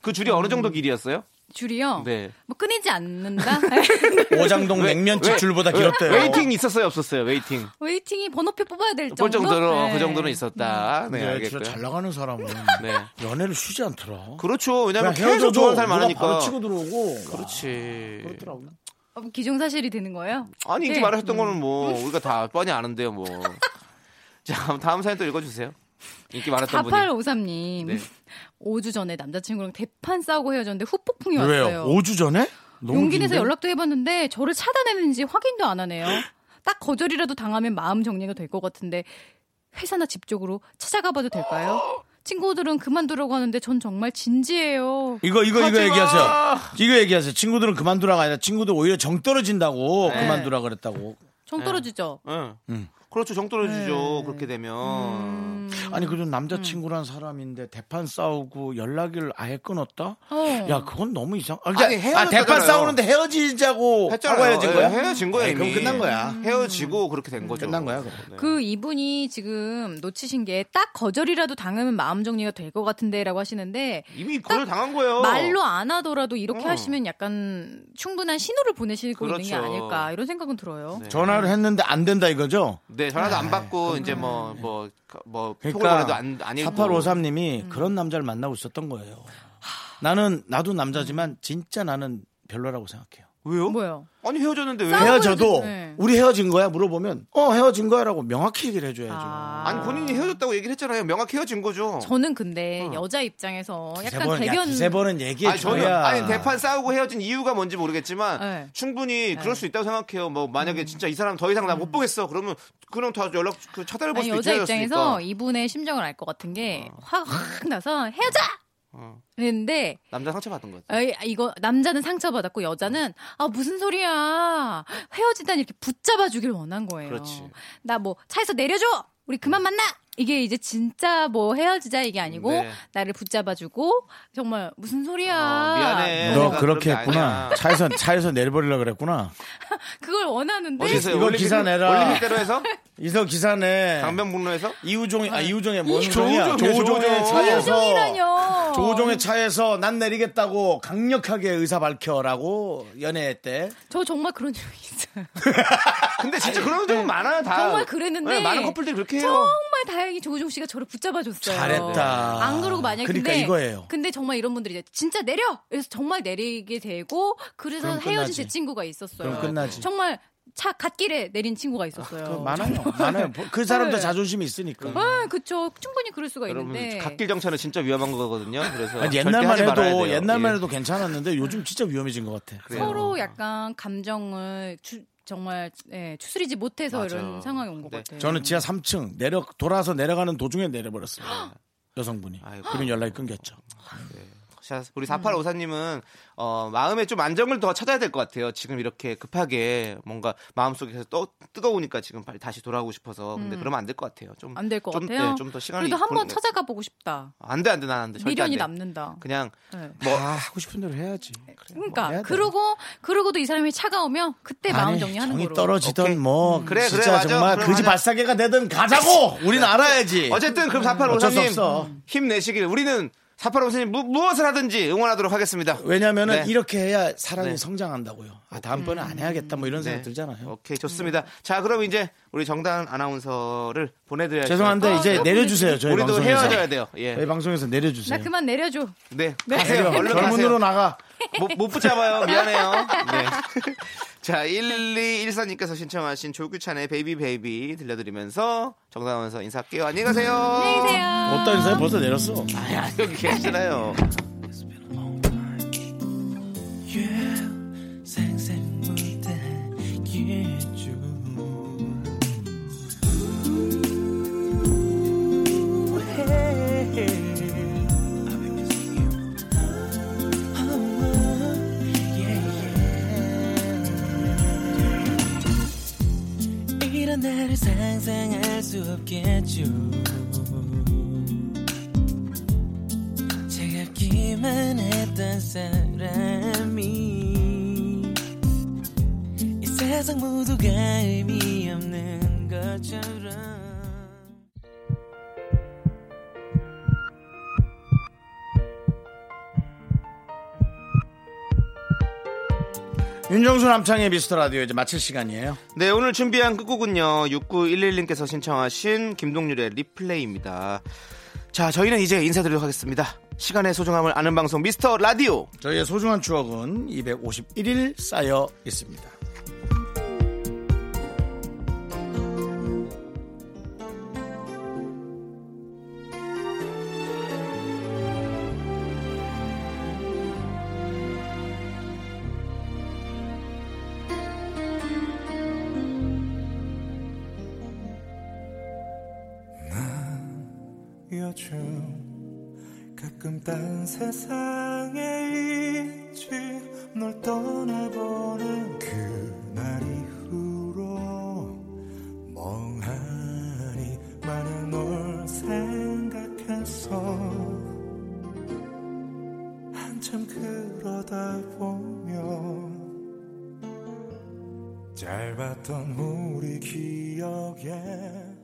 Speaker 2: 그 줄이 어느 정도 길이었어요?
Speaker 8: 줄이요?
Speaker 2: 네.
Speaker 8: 뭐 끊이지 않는다?
Speaker 1: 오장동
Speaker 2: 왜-
Speaker 1: 냉면집
Speaker 2: 왜-
Speaker 1: 줄보다
Speaker 2: 왜-
Speaker 1: 길었대요.
Speaker 2: 웨이팅 있었어요, 없었어요? 웨이팅.
Speaker 8: 웨이팅이 번호표 뽑아야 될 정도?
Speaker 2: 볼 정도로
Speaker 8: 네.
Speaker 2: 그 정도는 있었다. 네,
Speaker 1: 네,
Speaker 2: 알겠고요.
Speaker 1: 진짜 잘 나가는 사람은
Speaker 2: 네.
Speaker 1: 연애를 쉬지 않더라.
Speaker 2: 그렇죠.
Speaker 1: 그냥
Speaker 2: 왜냐면 계속
Speaker 1: 헤어져도
Speaker 2: 좋아하는 사람
Speaker 1: 누가
Speaker 2: 많으니까.
Speaker 1: 바로 치고 들어오고.
Speaker 2: 그렇지.
Speaker 8: 어, 기종사실이 되는 거예요?
Speaker 2: 아니 이렇게
Speaker 8: 네.
Speaker 2: 말하셨던 거는 뭐 우리가 다 뻔히 아는데요, 뭐. 자, 다음 사연 또 읽어주세요. 인기 많았던 분이.
Speaker 8: 4853님.
Speaker 2: 네.
Speaker 8: 5주 전에 남자친구랑 대판 싸우고 헤어졌는데 후폭풍이
Speaker 1: 왜요?
Speaker 8: 왔어요.
Speaker 1: 5주 전에? 너무
Speaker 8: 용기 내서
Speaker 1: 긴데?
Speaker 8: 연락도 해봤는데 저를 차단했는지 확인도 안 하네요. 딱 거절이라도 당하면 마음 정리가 될 것 같은데 회사나 집 쪽으로 찾아가봐도 될까요? 친구들은 그만두라고 하는데 전 정말 진지해요.
Speaker 1: 이거 이거 이거
Speaker 2: 하지 마!
Speaker 1: 얘기하세요. 이거 얘기하세요. 친구들은 그만두라가 아니라 친구들 오히려 정 떨어진다고
Speaker 2: 네.
Speaker 1: 그만두라 그랬다고.
Speaker 8: 정 떨어지죠.
Speaker 2: 응.
Speaker 1: 음.
Speaker 2: 그렇죠. 정
Speaker 8: 네.
Speaker 2: 떨어지죠. 그렇게 되면.
Speaker 8: 음.
Speaker 1: 아니 그래도 남자친구란 사람인데 대판 싸우고 연락을 아예 끊었다?
Speaker 8: 어.
Speaker 1: 야 그건 너무 이상. 아,
Speaker 2: 아니,
Speaker 1: 아, 대판
Speaker 2: 헤어졌잖아요.
Speaker 1: 싸우는데 헤어지자고
Speaker 2: 했잖아요.
Speaker 1: 헤어진
Speaker 2: 예,
Speaker 1: 거야?
Speaker 2: 헤어진 거야,
Speaker 1: 아니, 그럼
Speaker 2: 이미.
Speaker 1: 끝난 거야.
Speaker 2: 헤어지고 그렇게 된 거죠.
Speaker 1: 끝난 거야, 그럼.
Speaker 2: 네.
Speaker 8: 음. 그 이분이 지금 놓치신 게 딱 거절이라도 당하면 마음 정리가 될 것 같은데라고 하시는데
Speaker 2: 이미 그걸 당한 거예요.
Speaker 8: 말로 안 하더라도 이렇게
Speaker 2: 어.
Speaker 8: 하시면 약간 충분한 신호를 보내시고 있는 게
Speaker 2: 그렇죠.
Speaker 8: 아닐까 이런 생각은 들어요.
Speaker 2: 네.
Speaker 1: 전화를 했는데 안 된다 이거죠?
Speaker 2: 네, 전화도 안 받고 이제 뭐 뭐뭐 톡을
Speaker 1: 네.
Speaker 2: 보내도
Speaker 1: 그러니까
Speaker 2: 안 아니
Speaker 1: 4853님이
Speaker 8: 음.
Speaker 1: 그런 남자를 만나고 있었던 거예요. 나는 나도 남자지만 진짜 나는 별로라고 생각해요.
Speaker 2: 왜요?
Speaker 8: 뭐요?
Speaker 2: 아니 헤어졌는데 왜?
Speaker 8: 싸워?
Speaker 1: 헤어져도
Speaker 8: 네.
Speaker 1: 우리 헤어진 거야 물어보면 어 헤어진 거야라고 명확히 얘기를 해줘야죠.
Speaker 8: 아.
Speaker 2: 아니 본인이 헤어졌다고 얘기를 했잖아요. 명확히 헤어진 거죠.
Speaker 8: 저는 근데
Speaker 2: 어.
Speaker 8: 여자 입장에서
Speaker 1: 두세
Speaker 8: 약간
Speaker 1: 번, 야,
Speaker 8: 대견
Speaker 1: 두세 번은 얘기해
Speaker 2: 아니 저는
Speaker 1: 줘야.
Speaker 2: 아니 대판 싸우고 헤어진 이유가 뭔지 모르겠지만
Speaker 8: 네. 음.
Speaker 2: 충분히 그럴 수 있다고 생각해요. 뭐 만약에 진짜 이 사람 더 이상 나 못 보겠어. 그러면 그냥 다 연락 그 차단해 볼
Speaker 8: 아니,
Speaker 2: 수도 어.
Speaker 8: 여자
Speaker 2: 있잖아요.
Speaker 8: 입장에서 이분의 심정을 알 것 같은 게 화가 확 나서 헤어져. 그랬는데
Speaker 2: 남자 상처 받은 거죠.
Speaker 8: 아, 이거 남자는 상처받았고 여자는 아 무슨 소리야 헤어지다니 이렇게 붙잡아 주길 원한 거예요.
Speaker 2: 그렇지. 음.
Speaker 8: 나 뭐 차에서 내려줘. 우리 그만 만나. 이게 이제 진짜 뭐 헤어지자 이게 아니고
Speaker 2: 네.
Speaker 8: 나를 붙잡아주고 정말 무슨 소리야.
Speaker 2: 어, 미안해.
Speaker 1: 너 그렇게
Speaker 2: 내가 그런 게
Speaker 1: 했구나.
Speaker 2: 아니야.
Speaker 1: 차에서 차에서 내버리려 그랬구나.
Speaker 8: 그걸 원하는데
Speaker 2: 어디서
Speaker 1: 이거 기사 내라. 네.
Speaker 2: 올림픽대로 해서
Speaker 1: 이서 기사네.
Speaker 2: 강변북로에서
Speaker 1: 이우종이 아 이우종의 뭐
Speaker 2: 조우종이야,
Speaker 1: 조우종이야. 조우종의
Speaker 2: 조우종.
Speaker 8: 그
Speaker 1: 차에서
Speaker 8: 이라뇨.
Speaker 1: 조우종의 차에서 난 내리겠다고 강력하게 의사 밝혀라고 연애 때.
Speaker 8: 저 정말 그런 적이 있어요.
Speaker 2: 근데 진짜 그런 경우 많아요 다.
Speaker 8: 정말 그랬는데
Speaker 2: 네, 많은 커플들이 그렇게 해요.
Speaker 8: 정말 다행히 조우종 씨가 저를 붙잡아줬어요.
Speaker 1: 잘했다.
Speaker 8: 안 그러고 만약에
Speaker 1: 그러니까
Speaker 8: 근데
Speaker 1: 이거예요.
Speaker 8: 근데 정말 이런 분들이 이제 진짜 내려. 그래서 정말 내리게 되고 그래서
Speaker 1: 그럼
Speaker 8: 헤어진
Speaker 1: 끝나지.
Speaker 8: 제 친구가 있었어요.
Speaker 1: 그럼 끝나지.
Speaker 8: 정말 차 갓길에 내린 친구가 있었어요.
Speaker 1: 그거 많아요. 많아요. 그 사람도
Speaker 8: 네.
Speaker 1: 자존심이 있으니까.
Speaker 8: 아, 그쵸. 충분히 그럴 수가
Speaker 2: 여러분
Speaker 8: 있는데.
Speaker 2: 갓길 정차는 진짜 위험한 거거든요. 그래서
Speaker 1: 아니,
Speaker 2: 절대
Speaker 1: 옛날만
Speaker 2: 하지 말아야
Speaker 1: 해도
Speaker 2: 돼요.
Speaker 1: 옛날만
Speaker 2: 예.
Speaker 1: 해도 괜찮았는데 요즘 진짜 위험해진 것 같아.
Speaker 2: 그래요.
Speaker 8: 서로 약간 감정을 주- 정말 예, 추스리지 못해서
Speaker 2: 맞아.
Speaker 8: 이런 상황이 온 것
Speaker 2: 네.
Speaker 8: 같아요.
Speaker 1: 저는 지하 3층 내려 돌아서 내려가는 도중에 내려버렸어요. 여성분이.
Speaker 2: 아이고.
Speaker 1: 그러면 연락이 끊겼죠.
Speaker 2: 자,
Speaker 8: 음.
Speaker 2: 우리 4854님은 어, 마음에 좀 안정을 더 찾아야 될 것 같아요. 지금 이렇게 급하게 뭔가 마음속에서 또 뜨거우니까 지금 빨리 다시 돌아오고 싶어서 근데 그러면 안 될 것 같아요. 좀
Speaker 8: 음. 안 될 것
Speaker 2: 좀,
Speaker 8: 같아요.
Speaker 2: 네, 좀더 시간이
Speaker 8: 그래도 한번
Speaker 2: 보내-
Speaker 8: 찾아가 보고 싶다.
Speaker 2: 안 돼, 안 돼, 난 안 돼. 절대 안
Speaker 8: 미련이
Speaker 2: 돼.
Speaker 8: 남는다.
Speaker 2: 그냥
Speaker 8: 네.
Speaker 2: 뭐
Speaker 1: 아, 하고 싶은 대로 해야지.
Speaker 8: 그러니까 그러고 그러고도 이 사람이 차가우면 그때 네, 마음
Speaker 1: 아니,
Speaker 8: 정리하는
Speaker 1: 정이
Speaker 8: 거로.
Speaker 1: 떨어지든
Speaker 2: 오케이. 음.
Speaker 1: 뭐
Speaker 2: 그래,
Speaker 1: 진짜
Speaker 2: 그래, 맞아.
Speaker 1: 정말
Speaker 2: 그럼
Speaker 1: 그지
Speaker 2: 하자.
Speaker 1: 발사계가 되든 가자고 우린 알아야지.
Speaker 2: 어쨌든 그럼
Speaker 1: 예. 어쩔 수
Speaker 2: 4854님
Speaker 1: 없어.
Speaker 2: 힘내시길 우리는 4854님 무, 무엇을 하든지 응원하도록 하겠습니다.
Speaker 1: 왜냐면은
Speaker 2: 네.
Speaker 1: 이렇게 해야 사람이
Speaker 2: 네.
Speaker 1: 성장한다고요. 아 다음번에 안 해야겠다 뭐 이런 생각
Speaker 2: 네.
Speaker 1: 들잖아요.
Speaker 2: 오케이 좋습니다. 자 그럼 이제 우리 정다은 아나운서를 보내드려야
Speaker 1: 죄송한데 이제 내려주세요 저희
Speaker 2: 우리도
Speaker 1: 방송에서.
Speaker 2: 헤어져야 돼요. 예.
Speaker 1: 저희 방송에서 내려주세요.
Speaker 8: 나 그만 내려줘.
Speaker 2: 네.
Speaker 8: 네.
Speaker 2: 가세요. 얼른
Speaker 1: 젊은으로
Speaker 2: 가세요.
Speaker 1: 나가.
Speaker 2: 못, 못 붙잡아요. 미안해요. 네. 자 1214님께서 신청하신 조규찬의 베이비 베이비 들려드리면서 정다은 아나운서 인사할게요. 안녕히 가세요.
Speaker 8: 안녕히 계세요.
Speaker 1: 어떤 인사에 벌써 내렸어.
Speaker 2: 아, 여기 계시잖아요.
Speaker 7: 이런 나를 상상할 수 없겠죠 차갑기만 했던 사람이 이 세상 모두가 의미 없는 것처럼
Speaker 1: 윤정수 남창의 미스터 라디오 이제 마칠 시간이에요.
Speaker 2: 네, 오늘 준비한 끝곡은요. 6911님께서 신청하신 김동률의 리플레이입니다. 자, 저희는 이제 인사드리도록 하겠습니다. 시간의 소중함을 아는 방송 미스터 라디오.
Speaker 1: 저희의 소중한 추억은 251일 쌓여 있습니다.
Speaker 9: 요즘 가끔 딴 세상에 있지 널 떠나보는 그날 이후로 멍하니 마냥 널 생각해서 한참 그러다 보면 짧았던 우리 기억에